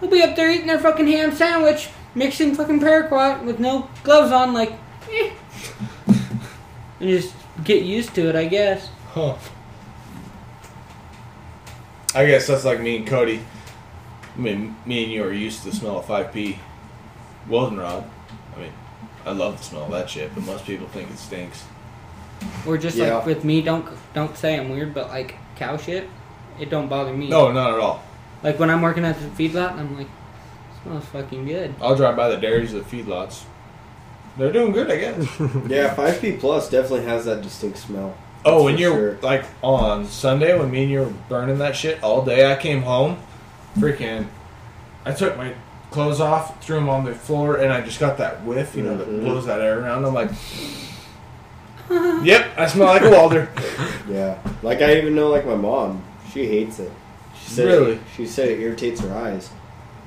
Speaker 4: They'll be up there eating their fucking ham sandwich, mixing fucking paraquat with no gloves on. Like, eh. and just get used to it, I guess.
Speaker 1: Huh. I guess that's like me and Cody. I mean, me and you are used to the smell of 5P. Goldenrod. I mean, I love the smell of that shit, but most people think it stinks.
Speaker 4: Or just
Speaker 3: Yeah.
Speaker 4: like with me, don't don't say I'm weird, but like cow shit, it don't bother me.
Speaker 1: No, not at all.
Speaker 4: Like when I'm working at the feedlot, I'm like, smells fucking good.
Speaker 1: I'll drive by the dairies of the feedlots. They're doing good, I guess.
Speaker 3: Yeah, 5P Plus definitely has that distinct smell.
Speaker 1: oh,
Speaker 3: That's
Speaker 1: and
Speaker 3: for
Speaker 1: you're
Speaker 3: sure.
Speaker 1: like on Sunday when me and you were burning that shit all day. I came home, freaking. I took my clothes off, threw them on the floor, and I just got that whiff, you know, that
Speaker 3: Mhm.
Speaker 1: blows that air around. I'm like, yep, I smell like a Walder.
Speaker 3: Yeah. Like, I even know, like, my mom, she hates it. She said
Speaker 1: Really?
Speaker 3: It, she said it irritates her eyes.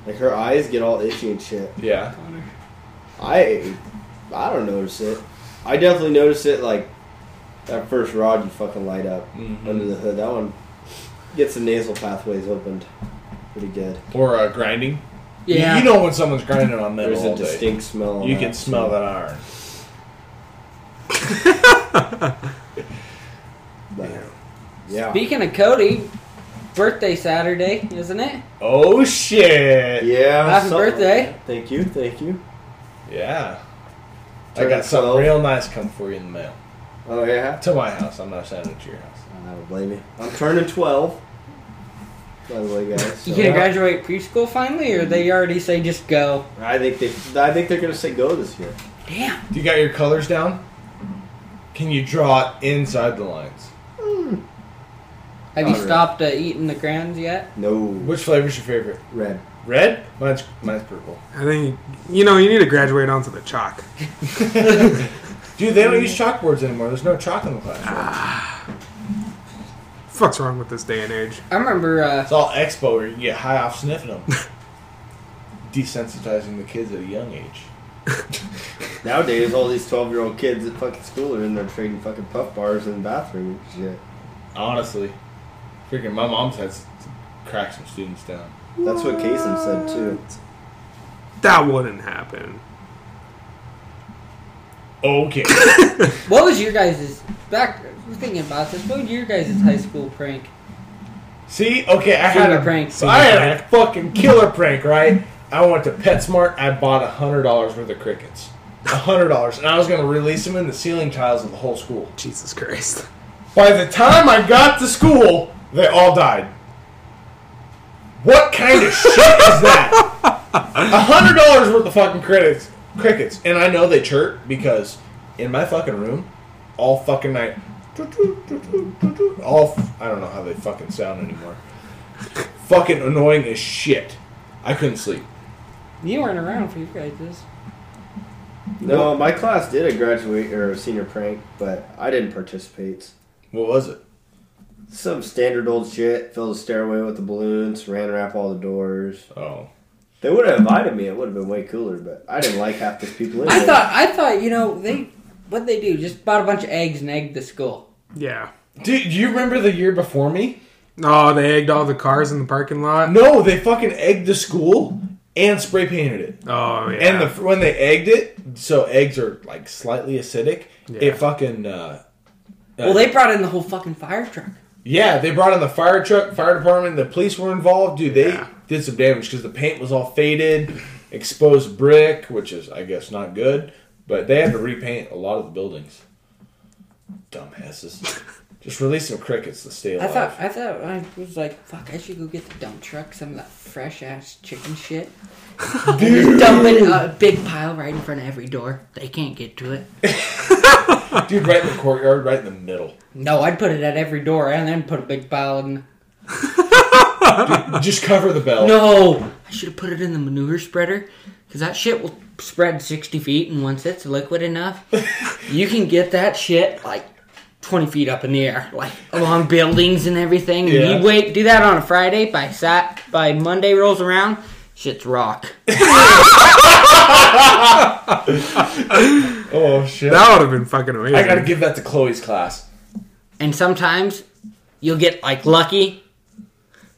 Speaker 3: Like, her eyes get all itchy and shit.
Speaker 1: Yeah,
Speaker 3: I I don't notice it. I definitely notice it like that first rod you fucking light up
Speaker 1: Mhm.
Speaker 3: under the hood. That one gets the nasal pathways opened pretty good.
Speaker 1: or uh, grinding. You-
Speaker 4: Yeah,
Speaker 1: you, know when someone's grinding on metal
Speaker 3: There's
Speaker 1: all
Speaker 3: a
Speaker 1: day.
Speaker 3: distinct smell. on
Speaker 1: you can smell
Speaker 3: too.
Speaker 1: that iron.
Speaker 3: But, yeah.
Speaker 4: Speaking of Cody, birthday Saturday, isn't it?
Speaker 1: Oh shit!
Speaker 3: Yeah.
Speaker 4: Happy
Speaker 3: something like
Speaker 4: birthday.
Speaker 3: that. Thank you. Thank you.
Speaker 1: Yeah. I
Speaker 3: Turn
Speaker 1: got something
Speaker 3: 12.
Speaker 1: real nice come for you in the mail.
Speaker 3: Oh yeah.
Speaker 1: To my house. I'm not sending it to your house.
Speaker 3: I don't blame you. I'm turning 12. By the way, guys. so-
Speaker 4: You gonna graduate preschool finally, or they already say just go?
Speaker 3: I think they. I think they're gonna say go this year.
Speaker 4: Damn.
Speaker 1: Do you got your colors down? Can you draw it inside the lines?
Speaker 4: Have you
Speaker 3: Not really.
Speaker 4: stopped uh, eating the crayons yet?
Speaker 3: No
Speaker 1: Which flavor's your favorite?
Speaker 3: red.
Speaker 1: Red? Mine's mine's purple.
Speaker 2: I think you know you need to graduate onto the chalk.
Speaker 1: Dude, they don't use chalkboards anymore. There's no chalk in the classroom.
Speaker 2: Fuck's wrong with this day and age?
Speaker 4: I remember. Uh,
Speaker 1: It's all expo where you can get high off sniffing them. Desensitizing the kids at a young age.
Speaker 3: Nowadays, all these 12 year old kids at fucking school are in there trading fucking puff bars in the bathroom and shit.
Speaker 1: Honestly. Freaking my mom's had s- cracked some students down.
Speaker 3: That's what Kasem said too.
Speaker 2: That wouldn't happen.
Speaker 1: Okay.
Speaker 4: what was your guys' back? I was thinking about this. What was your guys' high school prank?
Speaker 1: See, okay, I had
Speaker 4: Killer
Speaker 1: a
Speaker 4: prank.
Speaker 1: So I had a fucking killer prank, right? I went to PetSmart. I bought a hundred dollars worth of crickets, a hundred dollars, and I was gonna release them in the ceiling tiles of the whole school.
Speaker 2: Jesus Christ.
Speaker 1: By the time I got to school, they all died. What kind of shit is that? A hundred dollars worth of fucking crickets, crickets, and I know they chirp because in my fucking room, all fucking night, all f- I don't know how they fucking sound anymore. Fucking annoying as shit. I couldn't sleep.
Speaker 4: You weren't around for your guys'.
Speaker 3: No, my class did a graduate or a senior prank, but I didn't participate.
Speaker 1: What was it?
Speaker 3: Some standard old shit. Filled the stairway with the balloons, ran wrap all the doors.
Speaker 1: Oh,
Speaker 3: They would have invited me. It would have been way cooler, but I didn't like half these people. Anyway.
Speaker 4: I thought. I thought. You know they. What they do? Just bought a bunch of eggs and egged the school.
Speaker 2: Yeah.
Speaker 1: dude, do you remember the year before me?
Speaker 2: Oh, they egged all the cars in the parking lot.
Speaker 1: No, they fucking egged the school and spray painted it.
Speaker 2: Oh yeah.
Speaker 1: And the, when they egged it, so eggs are like slightly acidic.
Speaker 2: Yeah.
Speaker 1: It fucking uh,
Speaker 4: Well, they brought in the whole fucking fire truck.
Speaker 1: yeah. They brought in the fire truck, fire department, the police were involved. Dude, they
Speaker 2: Yeah.
Speaker 1: did some damage because the paint was all faded, exposed brick, which is I guess not good. But they had to repaint a lot of the buildings. Dumbasses. Just release some crickets to stay
Speaker 4: I
Speaker 1: alive.
Speaker 4: thought. I thought. I was like, fuck. I should go get the dump truck. Some of that fresh ass chicken shit. And just dump it in a big pile right in front of every door. They can't get to it.
Speaker 1: Dude, right in the courtyard, right in the middle.
Speaker 4: No, I'd put it at every door and then put a big pile in.
Speaker 1: Just cover the bell.
Speaker 4: No! I should have put it in the manure spreader. Because that shit will spread 60 feet, and once it's liquid enough, you can get that shit like 20 feet up in the air, like along buildings and everything. And
Speaker 1: Yeah.
Speaker 4: you wait, do that on a Friday. By Sat, by Monday rolls around, shit's rock.
Speaker 1: Oh shit.
Speaker 2: that would have been fucking amazing.
Speaker 1: I gotta give that to Chloe's class.
Speaker 4: And sometimes you'll get like lucky.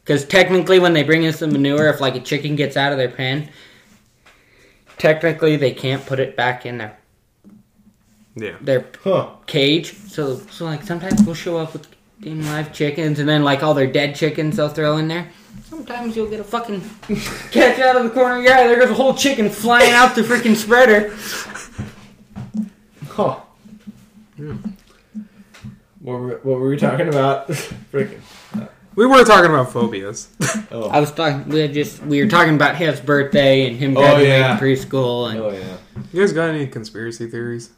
Speaker 4: Because technically, when they bring in some manure, if like a chicken gets out of their pen, technically they can't put it back in their
Speaker 2: Yeah.
Speaker 4: their
Speaker 1: Huh.
Speaker 4: cage. So, so like sometimes we'll show up with game live chickens, and then like all their dead chickens they'll throw in there. Sometimes you'll get a fucking catch out of the corner of your eye. There goes a whole chicken flying out the freaking spreader.
Speaker 1: Huh. Hmm. What were, what were we talking about? Freaking.
Speaker 2: We were talking about phobias.
Speaker 1: Oh.
Speaker 4: I was talking. We had just we were talking about his birthday and him
Speaker 1: Oh,
Speaker 4: graduating
Speaker 1: yeah.
Speaker 4: preschool and
Speaker 1: oh, yeah.
Speaker 2: You guys got any conspiracy theories?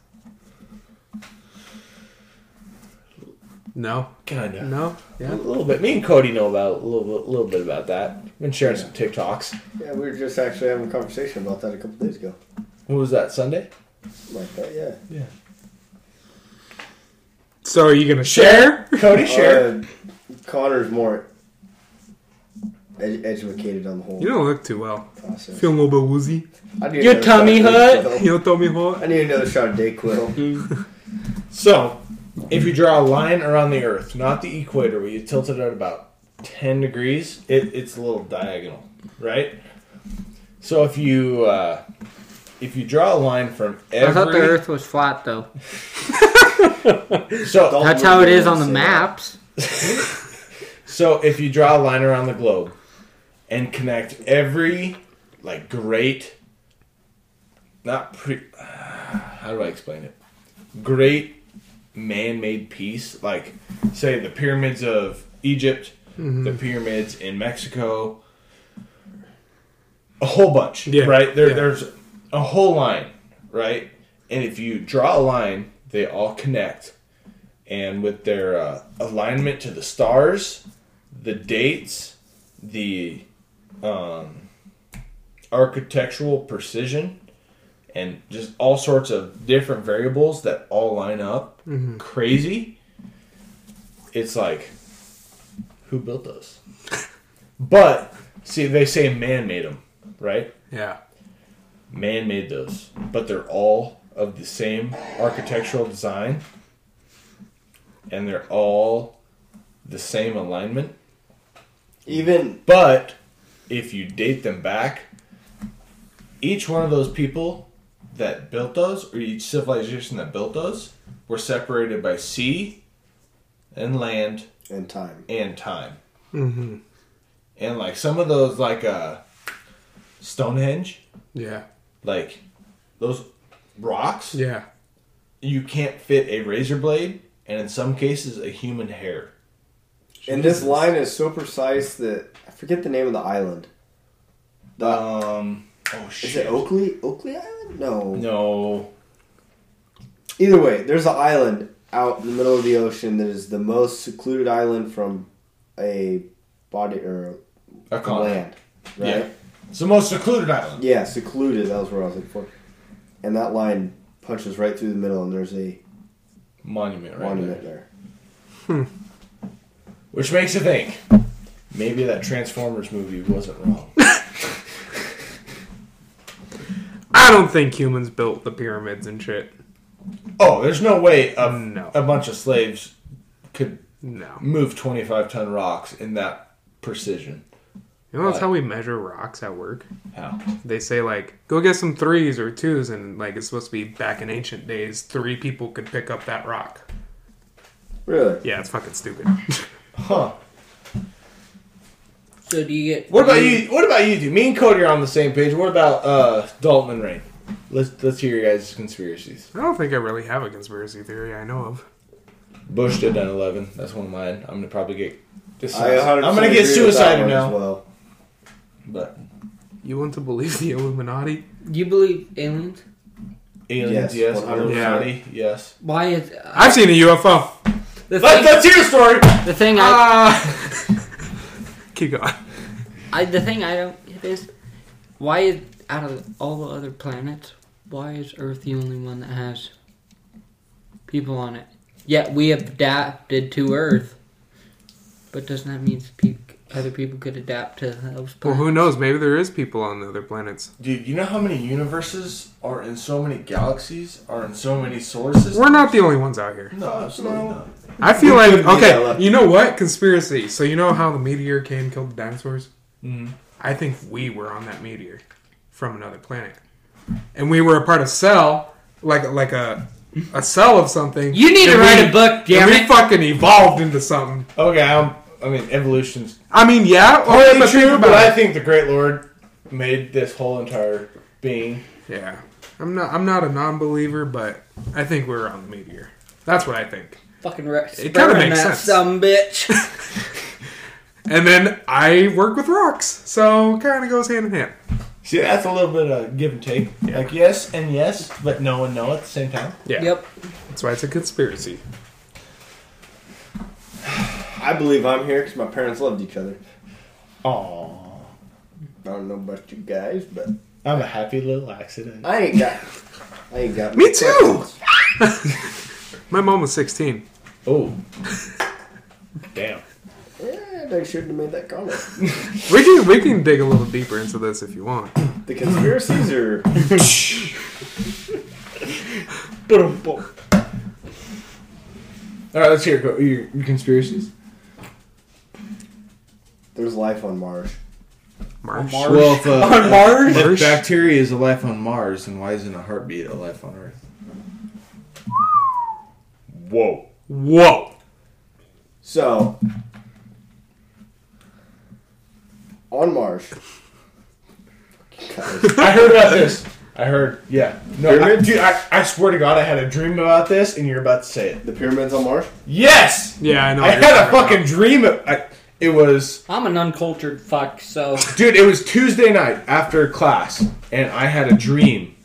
Speaker 2: No.
Speaker 1: Kind of.
Speaker 2: No.
Speaker 1: A
Speaker 2: Yeah.
Speaker 1: little bit. Me and Cody know about a little, little bit about that. Been sharing some TikToks.
Speaker 5: Yeah, we were just actually having a conversation about that a couple days ago.
Speaker 1: What was that, Sunday?
Speaker 5: Like that, yeah.
Speaker 2: So are you gonna share?
Speaker 1: Cody, share.
Speaker 5: Uh, Connor's more ed- educated on the whole
Speaker 2: You don't look too well.
Speaker 5: process.
Speaker 2: Feeling a little bit woozy.
Speaker 5: I need
Speaker 4: Your
Speaker 5: another
Speaker 4: tummy
Speaker 5: shot of
Speaker 2: You
Speaker 5: Dayquil.
Speaker 2: don't tell me what.
Speaker 5: I need another shot of Dayquil.
Speaker 1: So, if you draw a line around the Earth, not the equator, where you tilt it at about 10 degrees, it, it's a little diagonal, right? So if you uh, if you draw a line from every
Speaker 4: I thought the Earth was flat though.
Speaker 1: Oh, so
Speaker 5: Don't
Speaker 4: That's how it
Speaker 5: really
Speaker 4: is on the
Speaker 5: say
Speaker 4: maps.
Speaker 1: So if you draw a line around the globe and connect every like great not pre how do I explain it? Great man-made piece like say the pyramids of Egypt, the
Speaker 2: Mm-hmm.
Speaker 1: pyramids in Mexico, a whole bunch,
Speaker 2: Yeah,
Speaker 1: right? There
Speaker 2: yeah.
Speaker 1: there's a whole line, right? And if you draw a line, they all connect and with their uh, alignment to the stars, the dates, the um, architectural precision, and just all sorts of different variables that all line up crazy. It's like, who built those? but see, they say man made them, right?
Speaker 2: Yeah.
Speaker 1: Man made those, but they're all of the same architectural design, and they're all the same alignment.
Speaker 5: that. Even
Speaker 1: But if you date them back, each one of those people that built those, or each civilization that built those, were separated by sea and land
Speaker 5: in time.
Speaker 1: and time.
Speaker 2: Mm-hmm.
Speaker 1: And like some of those, like uh, Stonehenge,
Speaker 2: Yeah.
Speaker 1: like those rocks,
Speaker 2: Yeah.
Speaker 1: you can't fit a razor blade, and in some cases, a human hair.
Speaker 5: And this line is so precise that I forget the name of the island. The,
Speaker 1: Um, oh
Speaker 5: is
Speaker 1: shit.
Speaker 5: it Oakley? Oakley Island? No.
Speaker 1: No.
Speaker 5: Either way, there's an island out in the middle of the ocean that is the most secluded island from a body or
Speaker 1: I can't.
Speaker 5: land. Right?
Speaker 1: Yeah. It's the most secluded island.
Speaker 5: Yeah, secluded. That was what I was looking for. And that line punches right through the middle, and there's a
Speaker 1: monument right
Speaker 5: monument
Speaker 1: there.
Speaker 5: there.
Speaker 1: Which makes you think maybe that Transformers movie wasn't wrong.
Speaker 2: I don't think humans built the pyramids and shit.
Speaker 1: oh, there's no way a,
Speaker 2: No.
Speaker 1: a bunch of slaves could
Speaker 2: No.
Speaker 1: move 25 ton rocks in that precision.
Speaker 2: You know that's
Speaker 1: Right.
Speaker 2: how we measure rocks at work.
Speaker 1: How?
Speaker 2: They say like, go get some threes or twos, and like it's supposed to be back in ancient days, three people could pick up that rock.
Speaker 5: Really?
Speaker 2: Yeah, it's fucking stupid.
Speaker 1: Huh.
Speaker 4: So do you get?
Speaker 1: What about you? What about you two? Me and Cody are on the same page. What about uh, Dalton and Rain? Let's let's hear your guys' conspiracies.
Speaker 2: I don't think I really have a conspiracy theory I know of.
Speaker 1: Bush did 9/11. That's one of mine. I'm gonna probably get.
Speaker 5: I
Speaker 1: Suicide.
Speaker 5: 100%
Speaker 1: I'm gonna get
Speaker 5: agree with that
Speaker 1: suicided
Speaker 5: one
Speaker 1: now.
Speaker 5: as well.
Speaker 1: But
Speaker 2: You want to believe the Illuminati?
Speaker 4: Do you believe aliens?
Speaker 1: aliens,
Speaker 5: Yes,
Speaker 1: yes.
Speaker 5: 100%.
Speaker 1: Illuminati, yes.
Speaker 4: Why is
Speaker 2: I've seen a UFO.
Speaker 4: the
Speaker 1: Let,
Speaker 4: thing?
Speaker 1: let's hear your story.
Speaker 4: the thing I
Speaker 2: Ah. Keep going.
Speaker 4: I, the thing I don't get is why is out of all the other planets, why is Earth the only one that has people on it? Yet we adapted to Earth, but doesn't that mean peop other people could adapt to those planets?
Speaker 2: Well, who knows? Maybe there is people on the other planets.
Speaker 1: Dude, you know how many universes are in so many galaxies, are in so many sources?
Speaker 2: We're not the only ones out here.
Speaker 1: No, absolutely not.
Speaker 2: I feel
Speaker 5: We
Speaker 2: like
Speaker 5: could be that
Speaker 2: okay.
Speaker 5: lucky.
Speaker 2: You know what? Conspiracy. So you know how the meteor came killed the dinosaurs?
Speaker 1: Mhm.
Speaker 5: Mm-hmm.
Speaker 2: I think we were on that meteor from another planet, and we were a part of cell, like like a a cell of something.
Speaker 4: You need to
Speaker 2: and
Speaker 4: write
Speaker 2: we-
Speaker 4: a book, damn
Speaker 2: and we
Speaker 4: it.
Speaker 2: fucking evolved into something.
Speaker 1: Okay, I'm, I mean, evolution's
Speaker 2: I mean, Oh, yeah, okay, but think
Speaker 1: true,
Speaker 2: about
Speaker 1: but I
Speaker 2: it.
Speaker 1: think the Great Lord made this whole entire being.
Speaker 2: Yeah, I'm not. I'm not a non-believer, but I think we were on the meteor. That's what I think.
Speaker 4: Fucking re-
Speaker 2: It kinda makes
Speaker 4: that
Speaker 2: sense.
Speaker 4: Some bitch.
Speaker 2: And then I work with rocks, so kind of goes hand in hand.
Speaker 1: See, that's a little bit of give and take. Like yes and yes, but no and no at the same time.
Speaker 2: Yeah,
Speaker 4: Yep.
Speaker 2: that's why it's a conspiracy.
Speaker 3: I believe I'm here because my parents loved each other.
Speaker 1: Aww.
Speaker 3: I don't know about you guys, but
Speaker 1: I'm a happy little accident.
Speaker 3: I ain't got. I ain't got.
Speaker 2: Me
Speaker 3: no
Speaker 2: too!
Speaker 3: questions.
Speaker 2: My mom was 16.
Speaker 1: Oh. Damn.
Speaker 3: Yeah, they shouldn't have made that comment.
Speaker 2: We can we can dig a little deeper into this if you want.
Speaker 3: The conspiracies are.
Speaker 1: All right, let's hear go- your, your conspiracies.
Speaker 3: There's life on Mars.
Speaker 2: Marsh.
Speaker 1: Well, if, uh,
Speaker 4: On Mars?
Speaker 1: if
Speaker 2: Marsh?
Speaker 1: bacteria is a life on Mars, then why isn't a heartbeat a life on Earth? Whoa.
Speaker 2: Whoa.
Speaker 3: So. On Mars. Guys,
Speaker 1: I heard about this. I heard, yeah. No, I,
Speaker 3: Pyramid?
Speaker 1: dude, I, I swear to God, I had a dream about this, and you're about to say it.
Speaker 3: the pyramids on Mars?
Speaker 1: Yes!
Speaker 2: Yeah, I know.
Speaker 1: I
Speaker 2: what you're
Speaker 1: had a
Speaker 2: talking about.
Speaker 1: fucking dream. Of, I, it was,
Speaker 4: I'm an uncultured fuck, so
Speaker 1: dude, it was Tuesday night after class, and I had a dream.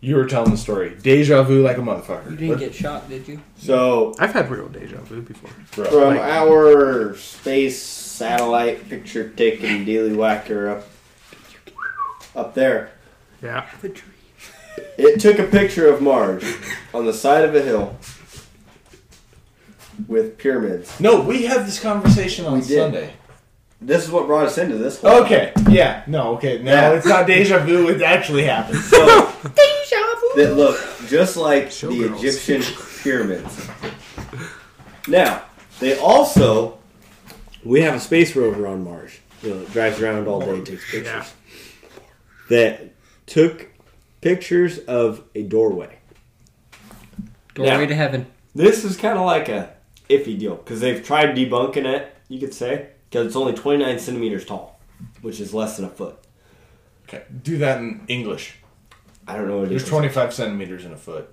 Speaker 1: You were telling the story. Deja vu like a motherfucker.
Speaker 4: you didn't get shot, did you?
Speaker 3: So,
Speaker 2: I've had real deja vu before.
Speaker 1: Bro,
Speaker 3: from
Speaker 1: like-
Speaker 3: our space satellite picture taking dealy whacker up, up there,
Speaker 2: Yeah.
Speaker 3: it took a picture of Mars on the side of a hill with pyramids.
Speaker 1: No, we had this conversation on
Speaker 3: did.
Speaker 1: Sunday.
Speaker 3: This is what brought us into this. whole-
Speaker 1: Okay, yeah, no, okay, no,
Speaker 3: Yeah.
Speaker 1: it's not deja vu. It actually happened.
Speaker 3: So, that look just like the
Speaker 2: Showgirls.
Speaker 3: Egyptian pyramids. Now, they also
Speaker 6: We have a space rover on Mars. You know, it drives around all day, takes pictures.
Speaker 2: Yeah.
Speaker 6: That took pictures of a doorway.
Speaker 4: Doorway
Speaker 6: Yeah.
Speaker 4: to heaven.
Speaker 6: This is kind of like a iffy deal because they've tried debunking it. You could say because it's only 29 centimeters tall, which is less than a foot.
Speaker 1: Okay, do that in English.
Speaker 6: I don't know what it
Speaker 1: There's
Speaker 6: is.
Speaker 1: 25 centimeters in a foot,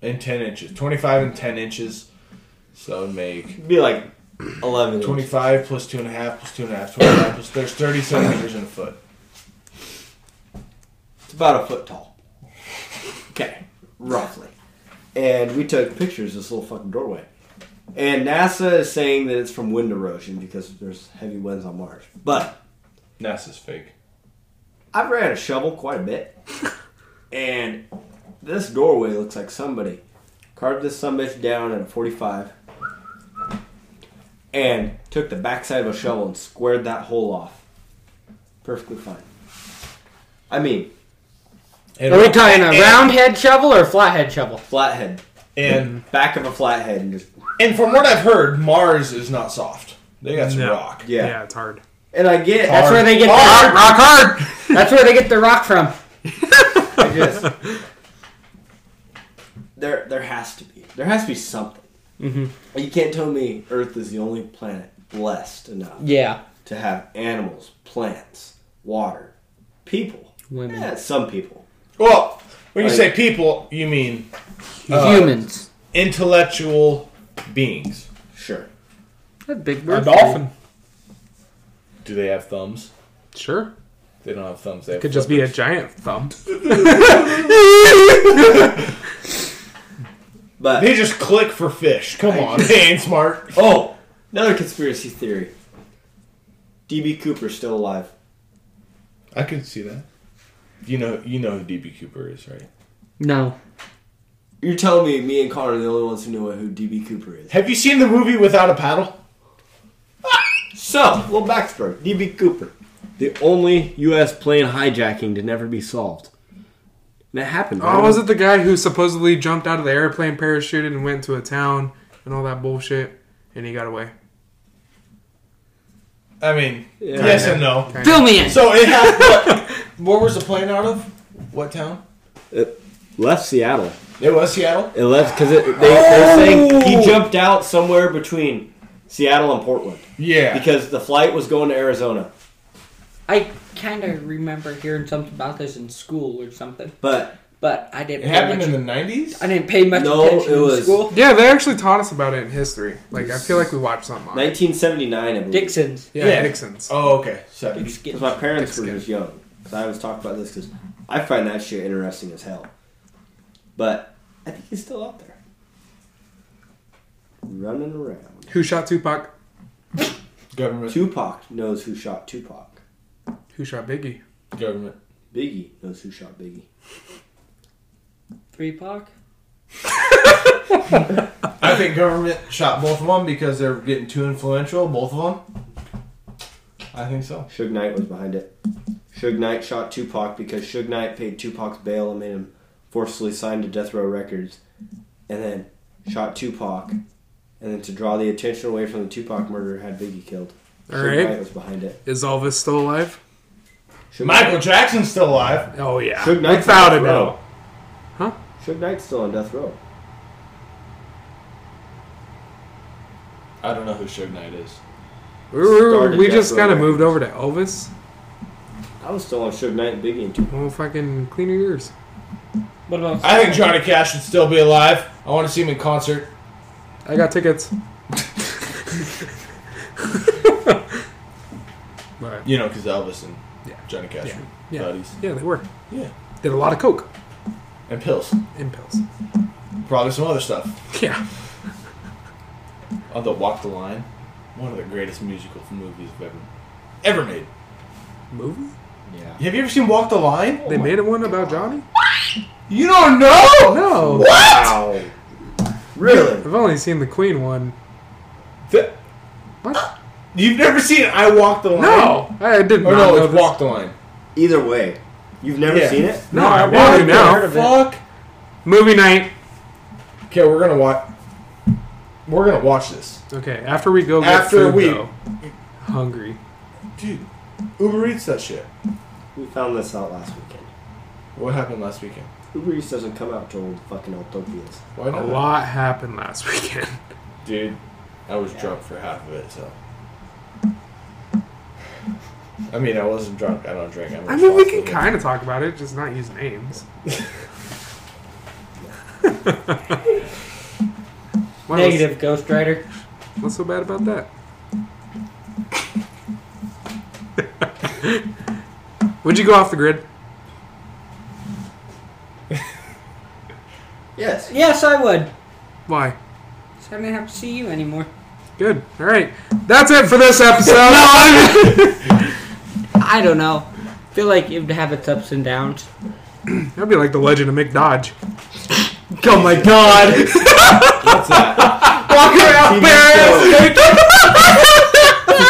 Speaker 1: and 10 inches. 25 and 10 inches, so it'd make
Speaker 6: It'd be like 11. inches.
Speaker 1: 25 plus two and a half plus two and a half. 25 plus there's 30 centimeters in a foot.
Speaker 3: it's about a foot tall. Okay, roughly. And we took pictures of this little fucking doorway. And NASA is saying that it's from wind erosion because there's heavy winds on Mars. But
Speaker 1: NASA's fake.
Speaker 3: I've ran a shovel quite a bit, and this doorway looks like somebody carved this sumbitch down at a 45 and took the backside of a shovel and squared that hole off. Perfectly fine. I mean,
Speaker 1: And,
Speaker 4: Are we talking a
Speaker 1: and-
Speaker 4: round head shovel or a flathead shovel?
Speaker 3: flathead,
Speaker 1: And
Speaker 3: back of a flathead, and just.
Speaker 1: and from what I've heard, Mars is not soft. They got some
Speaker 2: No.
Speaker 1: rock.
Speaker 3: Yeah.
Speaker 2: yeah, it's hard.
Speaker 3: And I get.
Speaker 4: That's where they get the rock.
Speaker 2: hard.
Speaker 4: That's where they get the rock from.
Speaker 3: I just. There, there has to be. There has to be something. Mm-hmm. You can't tell me Earth is the only planet blessed enough.
Speaker 4: Yeah.
Speaker 3: to have animals, plants, water, people.
Speaker 4: Women.
Speaker 3: Eh, some people.
Speaker 1: Well, when you
Speaker 3: Like-
Speaker 1: say people, you mean
Speaker 4: Uh, Humans.
Speaker 1: intellectual beings.
Speaker 3: Sure.
Speaker 4: That big
Speaker 2: A
Speaker 4: bird.
Speaker 2: dolphin.
Speaker 1: Do they have thumbs?
Speaker 2: Sure.
Speaker 1: They don't have thumbs. They have
Speaker 2: Could just be a giant thumb.
Speaker 3: But
Speaker 1: They just click for fish. Come on, they ain't smart.
Speaker 3: oh, another conspiracy theory. DB Cooper's still alive.
Speaker 1: I could see that. You know, you know who DB Cooper is, right?
Speaker 4: No.
Speaker 3: You're telling me me and Connor are the only ones who know who DB Cooper is.
Speaker 1: Have you seen the movie Without a Paddle?
Speaker 3: So, a little backstory. DB Cooper.
Speaker 6: The only U.S. plane hijacking to never be solved. And it happened.
Speaker 2: Oh, was it the guy who supposedly jumped out of the airplane, parachuted, and went to a town and all that bullshit, and he got away?
Speaker 1: I mean,
Speaker 6: Yeah.
Speaker 1: yes and no.
Speaker 4: Fill me in.
Speaker 1: So it happened. what, where was the plane out of? What town?
Speaker 7: left Seattle.
Speaker 1: It was Seattle.
Speaker 7: It left because they, they're saying
Speaker 3: Saying he jumped out somewhere between Seattle and Portland
Speaker 1: Yeah.
Speaker 3: because the flight was going to Arizona.
Speaker 4: I kind of remember hearing something about this in school or something,
Speaker 3: But
Speaker 4: but I didn't.
Speaker 1: it
Speaker 4: pay
Speaker 1: happened
Speaker 4: much,
Speaker 1: in the nineties.
Speaker 4: I didn't pay much
Speaker 3: No,
Speaker 4: attention
Speaker 3: it
Speaker 4: in
Speaker 3: was-
Speaker 4: school.
Speaker 2: Yeah, they actually taught us about it in history. Like, I feel like we watched something on it.
Speaker 3: 1979, I believe.
Speaker 4: Dixon's.
Speaker 2: Yeah,
Speaker 1: Yeah.
Speaker 2: Nixon's.
Speaker 1: Oh, okay. Seven.
Speaker 3: Because
Speaker 4: Dixon's.
Speaker 3: my parents were
Speaker 2: Dixon.
Speaker 3: just young. Because I always talk about this because I find that shit interesting as hell. But I think he's still out there. Running around.
Speaker 2: Who shot Tupac?
Speaker 1: Government.
Speaker 3: Tupac knows who shot Tupac.
Speaker 2: Who shot Biggie?
Speaker 1: Government.
Speaker 3: Biggie knows who shot Biggie.
Speaker 4: Three Pac.
Speaker 1: I think government shot both of them because they're getting too influential. Both of them. I think so.
Speaker 3: Suge Knight was behind it. Suge Knight shot Tupac because Suge Knight paid Tupac's bail and made him forcefully sign to Death Row Records, and then shot Tupac, and then to draw the attention away from the Tupac murder, had Biggie killed.
Speaker 2: All
Speaker 3: Suge
Speaker 2: right.
Speaker 3: Knight was behind it.
Speaker 2: Is Elvis still alive?
Speaker 3: Suge
Speaker 1: Michael Jackson's still alive.
Speaker 2: Oh, yeah.
Speaker 3: Suge Knight's
Speaker 2: Without
Speaker 3: on
Speaker 2: a
Speaker 3: death row.
Speaker 2: doubt. Huh?
Speaker 3: Suge Knight's still on death row.
Speaker 1: I don't know who Suge Knight is.
Speaker 2: We, were,
Speaker 3: Started
Speaker 2: we
Speaker 3: Death
Speaker 2: just
Speaker 3: Row
Speaker 2: kind of moved
Speaker 3: Records.
Speaker 2: over to Elvis.
Speaker 3: I was still on Suge Knight and Biggie and Tupac.
Speaker 2: Well, fucking clean your ears.
Speaker 4: What about?
Speaker 1: I think Johnny Cash should still be alive. I want to see him in concert.
Speaker 2: I got tickets. but,
Speaker 1: You know, because Elvis and
Speaker 2: Yeah.
Speaker 1: Johnny Cash
Speaker 2: Yeah.
Speaker 1: were
Speaker 2: Yeah.
Speaker 1: buddies.
Speaker 2: yeah, they were.
Speaker 1: Yeah.
Speaker 2: Did a lot of coke
Speaker 1: And pills.
Speaker 2: and pills.
Speaker 1: Probably some other stuff.
Speaker 2: Yeah.
Speaker 1: Although Walk the Line, one of the greatest musical movies I've ever ever made.
Speaker 2: Movie?
Speaker 3: Yeah.
Speaker 1: Have you ever seen Walk the Line?
Speaker 2: They made a one about Johnny?
Speaker 1: You don't know?
Speaker 2: No.
Speaker 3: Wow. Really?
Speaker 2: I've only seen the Queen one.
Speaker 1: Th-
Speaker 2: What?
Speaker 1: You've never seen I Walk the Line?
Speaker 2: No! I did not
Speaker 1: Or Oh, no,
Speaker 2: know
Speaker 1: it's
Speaker 2: this.
Speaker 1: Walk the Line.
Speaker 3: Either way, you've never
Speaker 1: Yeah.
Speaker 3: seen it?
Speaker 2: No, I want to now.
Speaker 1: Fuck.
Speaker 2: Movie night.
Speaker 1: Okay, we're gonna watch. We're gonna watch this,
Speaker 2: Okay, after we go get
Speaker 1: After
Speaker 2: food,
Speaker 1: we-
Speaker 2: though. Hungry.
Speaker 1: dude. Uber Eats that shit.
Speaker 3: We found this out last weekend.
Speaker 1: What happened last weekend?
Speaker 3: Uber Eats doesn't come out till fucking Utopias.
Speaker 1: Why
Speaker 2: A
Speaker 1: not?
Speaker 2: lot happened last weekend.
Speaker 1: Dude, I was drunk for half of it, so. I mean, I wasn't drunk. I don't drink. I'm
Speaker 2: I mean, we can
Speaker 1: responsible.
Speaker 2: kind of talk about it, just not use names. Why, what's-
Speaker 4: Negative Ghost Rider.
Speaker 2: What's so bad about that? Would you go off the grid?
Speaker 3: Yes.
Speaker 4: Yes, I would.
Speaker 2: Why?
Speaker 4: So I don't have to see you anymore.
Speaker 2: Good. All right. That's it for this episode.
Speaker 4: I don't know. Feel like it would have its ups and downs.
Speaker 2: That'd be like the legend of Mick Dodge.
Speaker 4: Oh my god!
Speaker 3: What's that?
Speaker 2: Walking around
Speaker 3: Paris.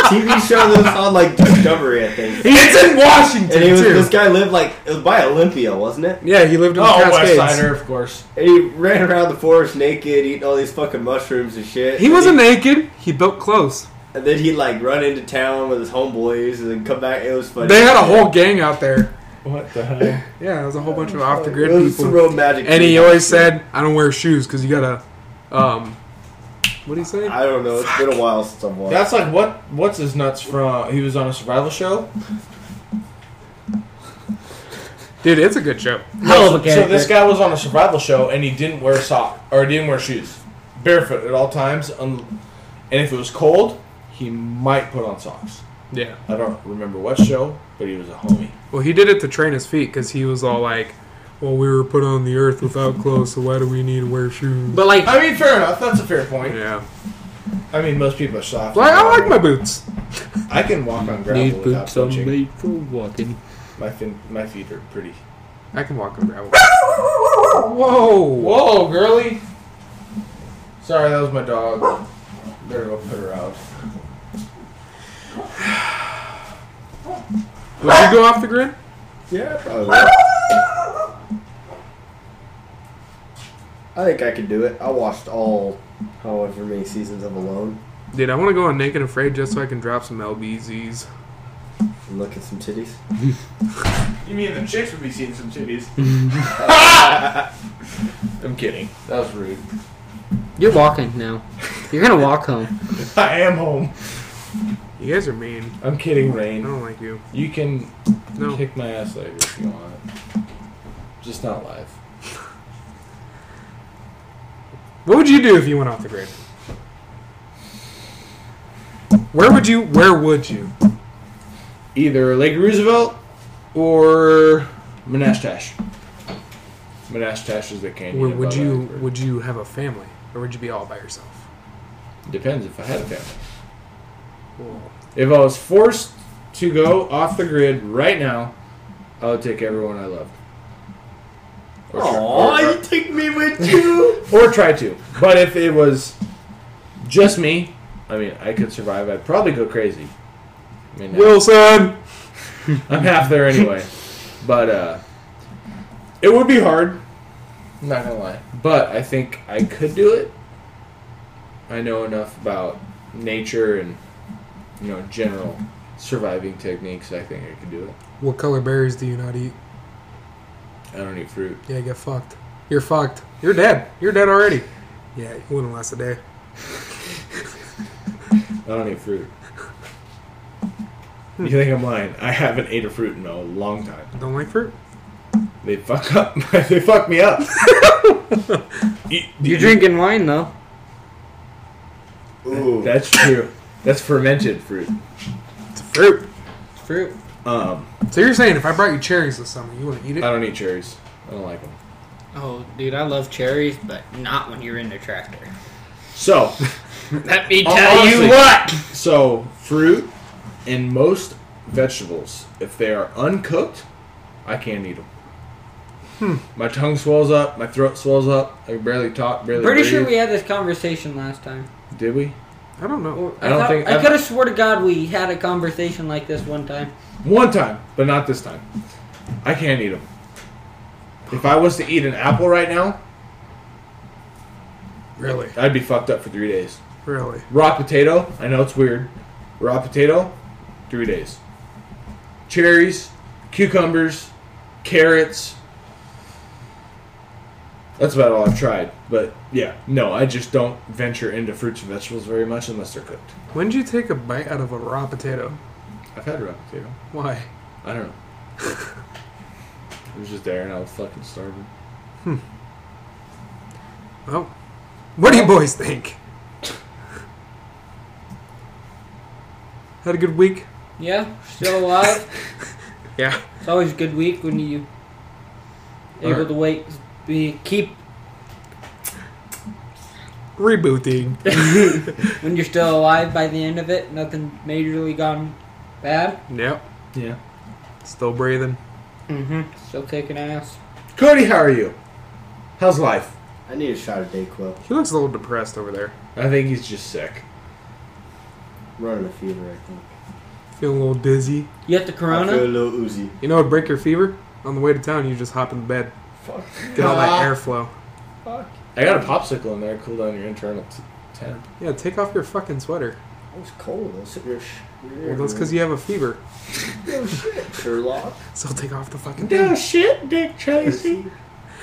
Speaker 3: TV show that was on like Discovery, I think.
Speaker 2: It's in Washington,
Speaker 3: And it was,
Speaker 2: too.
Speaker 3: this guy lived like it was by Olympia, wasn't it?
Speaker 2: Yeah, he lived in the
Speaker 1: Oh, West
Speaker 2: Cascades.
Speaker 1: Sider, of course.
Speaker 3: And he ran around the forest naked, eating all these fucking mushrooms and shit.
Speaker 2: He
Speaker 3: And
Speaker 2: wasn't naked. He built clothes.
Speaker 3: And then he'd like run into town with his homeboys and then come back. It was funny.
Speaker 2: They had a whole gang out there.
Speaker 1: What the hell?
Speaker 2: Yeah, it was a whole bunch of off the
Speaker 3: It
Speaker 2: grid
Speaker 3: was some
Speaker 2: people.
Speaker 3: real magic.
Speaker 2: And he
Speaker 3: shit.
Speaker 2: always said, "I don't wear shoes because you gotta." Um, what do you say?
Speaker 3: I don't know. It's been a while since I've watched.
Speaker 1: That's like what? What's his nuts from? He was on a survival show.
Speaker 2: Dude, it's a good show.
Speaker 4: Hell
Speaker 1: so, so
Speaker 4: of a character.
Speaker 1: this guy was on a survival show and he didn't wear sock or didn't wear shoes, barefoot at all times. Un- and if it was cold, he might put on socks.
Speaker 2: Yeah.
Speaker 1: I don't remember what show, but he was a homie.
Speaker 2: Well, he did it to train his feet because he was all like, "Well, we were put on the earth without clothes, so why do we need to wear shoes?"
Speaker 4: But like,
Speaker 1: I mean, fair enough. That's a fair point.
Speaker 2: yeah.
Speaker 1: I mean, most people are soft.
Speaker 2: Like, I like my boots.
Speaker 1: I can walk on gravel
Speaker 4: these
Speaker 1: without
Speaker 4: boots are
Speaker 1: flinching.
Speaker 4: made for walking.
Speaker 1: My fin- my feet are pretty.
Speaker 2: I can walk on gravel. Whoa!
Speaker 1: Whoa, girly! Sorry, that was my dog. Better go put her out.
Speaker 2: Would you go off the grid?
Speaker 3: Yeah, probably. I think I could do it. I watched all however many seasons of Alone
Speaker 2: Dude, I want to go on Naked and Afraid just so I can drop some lbz's.
Speaker 3: and look at some titties.
Speaker 1: You mean the chicks would be seeing some titties? I'm kidding. That was rude.
Speaker 4: You're walking now. You're gonna walk home.
Speaker 1: I am home.
Speaker 2: You guys are mean.
Speaker 1: I'm kidding,
Speaker 2: I
Speaker 1: Rain.
Speaker 2: don't like you.
Speaker 1: You can
Speaker 2: No.
Speaker 1: kick my ass later if you want. Just not live.
Speaker 2: What would you do if you went off the grid? Where would you? Where would you?
Speaker 1: Either Lake Roosevelt or Menashtash. Menashtash is the canyon.
Speaker 2: Where would
Speaker 1: above
Speaker 2: you?
Speaker 1: Iceberg.
Speaker 2: Would you have a family, or would you be all by yourself?
Speaker 1: Depends if I had a family. If I was forced to go off the grid right now, I would take everyone I loved. Or, tr-
Speaker 5: Aw,
Speaker 1: or-
Speaker 5: you take me with you.
Speaker 1: or try to. But if it was just me, I mean, I could survive. I'd probably go crazy. I mean,
Speaker 2: Wilson.
Speaker 1: I'm half there anyway. But uh, it would be hard. I'm not gonna lie. But I think I could do it. I know enough about nature and you know general surviving techniques. I think I could do it.
Speaker 2: What color berries do you not eat?
Speaker 1: I don't eat fruit.
Speaker 2: Yeah, get fucked. You're fucked. You're dead. You're dead already. Yeah, it wouldn't last a day.
Speaker 1: I don't eat fruit. You think I'm lying? I haven't ate a fruit in a long time.
Speaker 2: Don't like fruit.
Speaker 1: They fuck up. they fuck me up. you,
Speaker 4: You're drinking wine though.
Speaker 5: Ooh.
Speaker 1: That's true. That's fermented fruit.
Speaker 2: It's fruit.
Speaker 4: Fruit.
Speaker 1: Um,
Speaker 2: So you're saying if I brought you cherries this summer, you wouldn't eat
Speaker 1: I
Speaker 2: it?
Speaker 1: don't eat cherries. I don't like them.
Speaker 4: Oh, dude, I love cherries, but not when you're in the tractor.
Speaker 1: So,
Speaker 4: Let me
Speaker 1: Hon-
Speaker 4: tell
Speaker 1: Oh, honestly-
Speaker 4: you what.
Speaker 1: so fruit and most vegetables, if they are uncooked, I can't eat them.
Speaker 4: Hmm.
Speaker 1: My tongue swells up. My throat swells up. I barely talk. Barely.
Speaker 4: Pretty sure we
Speaker 1: breathe.
Speaker 4: had this conversation last time.
Speaker 1: did. We
Speaker 2: I don't know.
Speaker 4: I,
Speaker 1: don't
Speaker 4: thought-
Speaker 1: think-
Speaker 4: I
Speaker 1: I've-
Speaker 4: could have swore to God we had a conversation like this one time.
Speaker 1: one time, but not this time. I can't eat them. If I was to eat an apple right now,
Speaker 2: Really?
Speaker 1: I'd be fucked up for three days.
Speaker 2: Really?
Speaker 1: Raw potato, I know it's weird. Raw potato, three days. Cherries, cucumbers, carrots. That's about all I've tried. But yeah, no, I just don't venture into fruits and vegetables very much unless they're cooked.
Speaker 2: When did you take a bite out of a raw potato?
Speaker 1: I've had raw potato.
Speaker 2: Why?
Speaker 1: I don't know. it was just there and I was fucking starving.
Speaker 2: Well, what do you boys think? Had a good week?
Speaker 4: Yeah, still alive.
Speaker 2: Yeah.
Speaker 4: It's always a good week when you able
Speaker 1: Alright.
Speaker 4: to wait, be keep
Speaker 2: Rebooting.
Speaker 4: when you're still alive by the end of it. Nothing majorly gone bad.
Speaker 2: Yep.
Speaker 1: Yeah.
Speaker 2: Still breathing.
Speaker 4: Mm-hmm. Still kicking ass.
Speaker 1: Cody, how are you? How's life?
Speaker 5: I need a shot of Dayquil.
Speaker 2: He looks a little depressed over there.
Speaker 1: I think he's just sick.
Speaker 5: Running a fever, I think.
Speaker 2: Feeling a little dizzy.
Speaker 4: You got the
Speaker 5: I feel a
Speaker 4: corona?
Speaker 5: little oozy.
Speaker 2: You know what break your fever? On the way to town, you just hop in the bed.
Speaker 5: Fuck.
Speaker 2: Get all that airflow.
Speaker 5: Fuck.
Speaker 1: I got a popsicle in there, cool down your internal t- temp.
Speaker 2: Yeah, take off your fucking sweater.
Speaker 5: I was cold. I was sitting there. Sh-
Speaker 2: Well, that's because you have a fever.
Speaker 5: Oh shit, Sherlock.
Speaker 2: So take off the fucking
Speaker 1: No shit, Dick Tracy.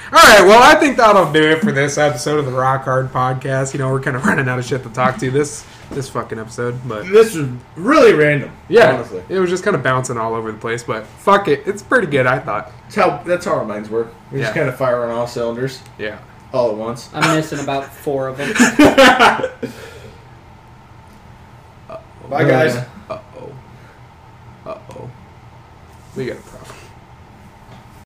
Speaker 2: Alright, well, I think that'll do it for this episode of the Rock Hard Podcast. You know, we're kind of running out of shit to talk to this this fucking episode, but.
Speaker 1: this was really random.
Speaker 2: Yeah,
Speaker 1: honestly,
Speaker 2: it was just kind of bouncing all over the place, but fuck it, it's pretty good, I thought.
Speaker 1: that's how that's how our minds work. We just
Speaker 2: Yeah.
Speaker 1: kind of fire on all cylinders
Speaker 2: Yeah.
Speaker 1: all at once.
Speaker 4: I'm missing about four of them.
Speaker 5: Bye, guys.
Speaker 2: Uh oh. Uh oh. We got a problem.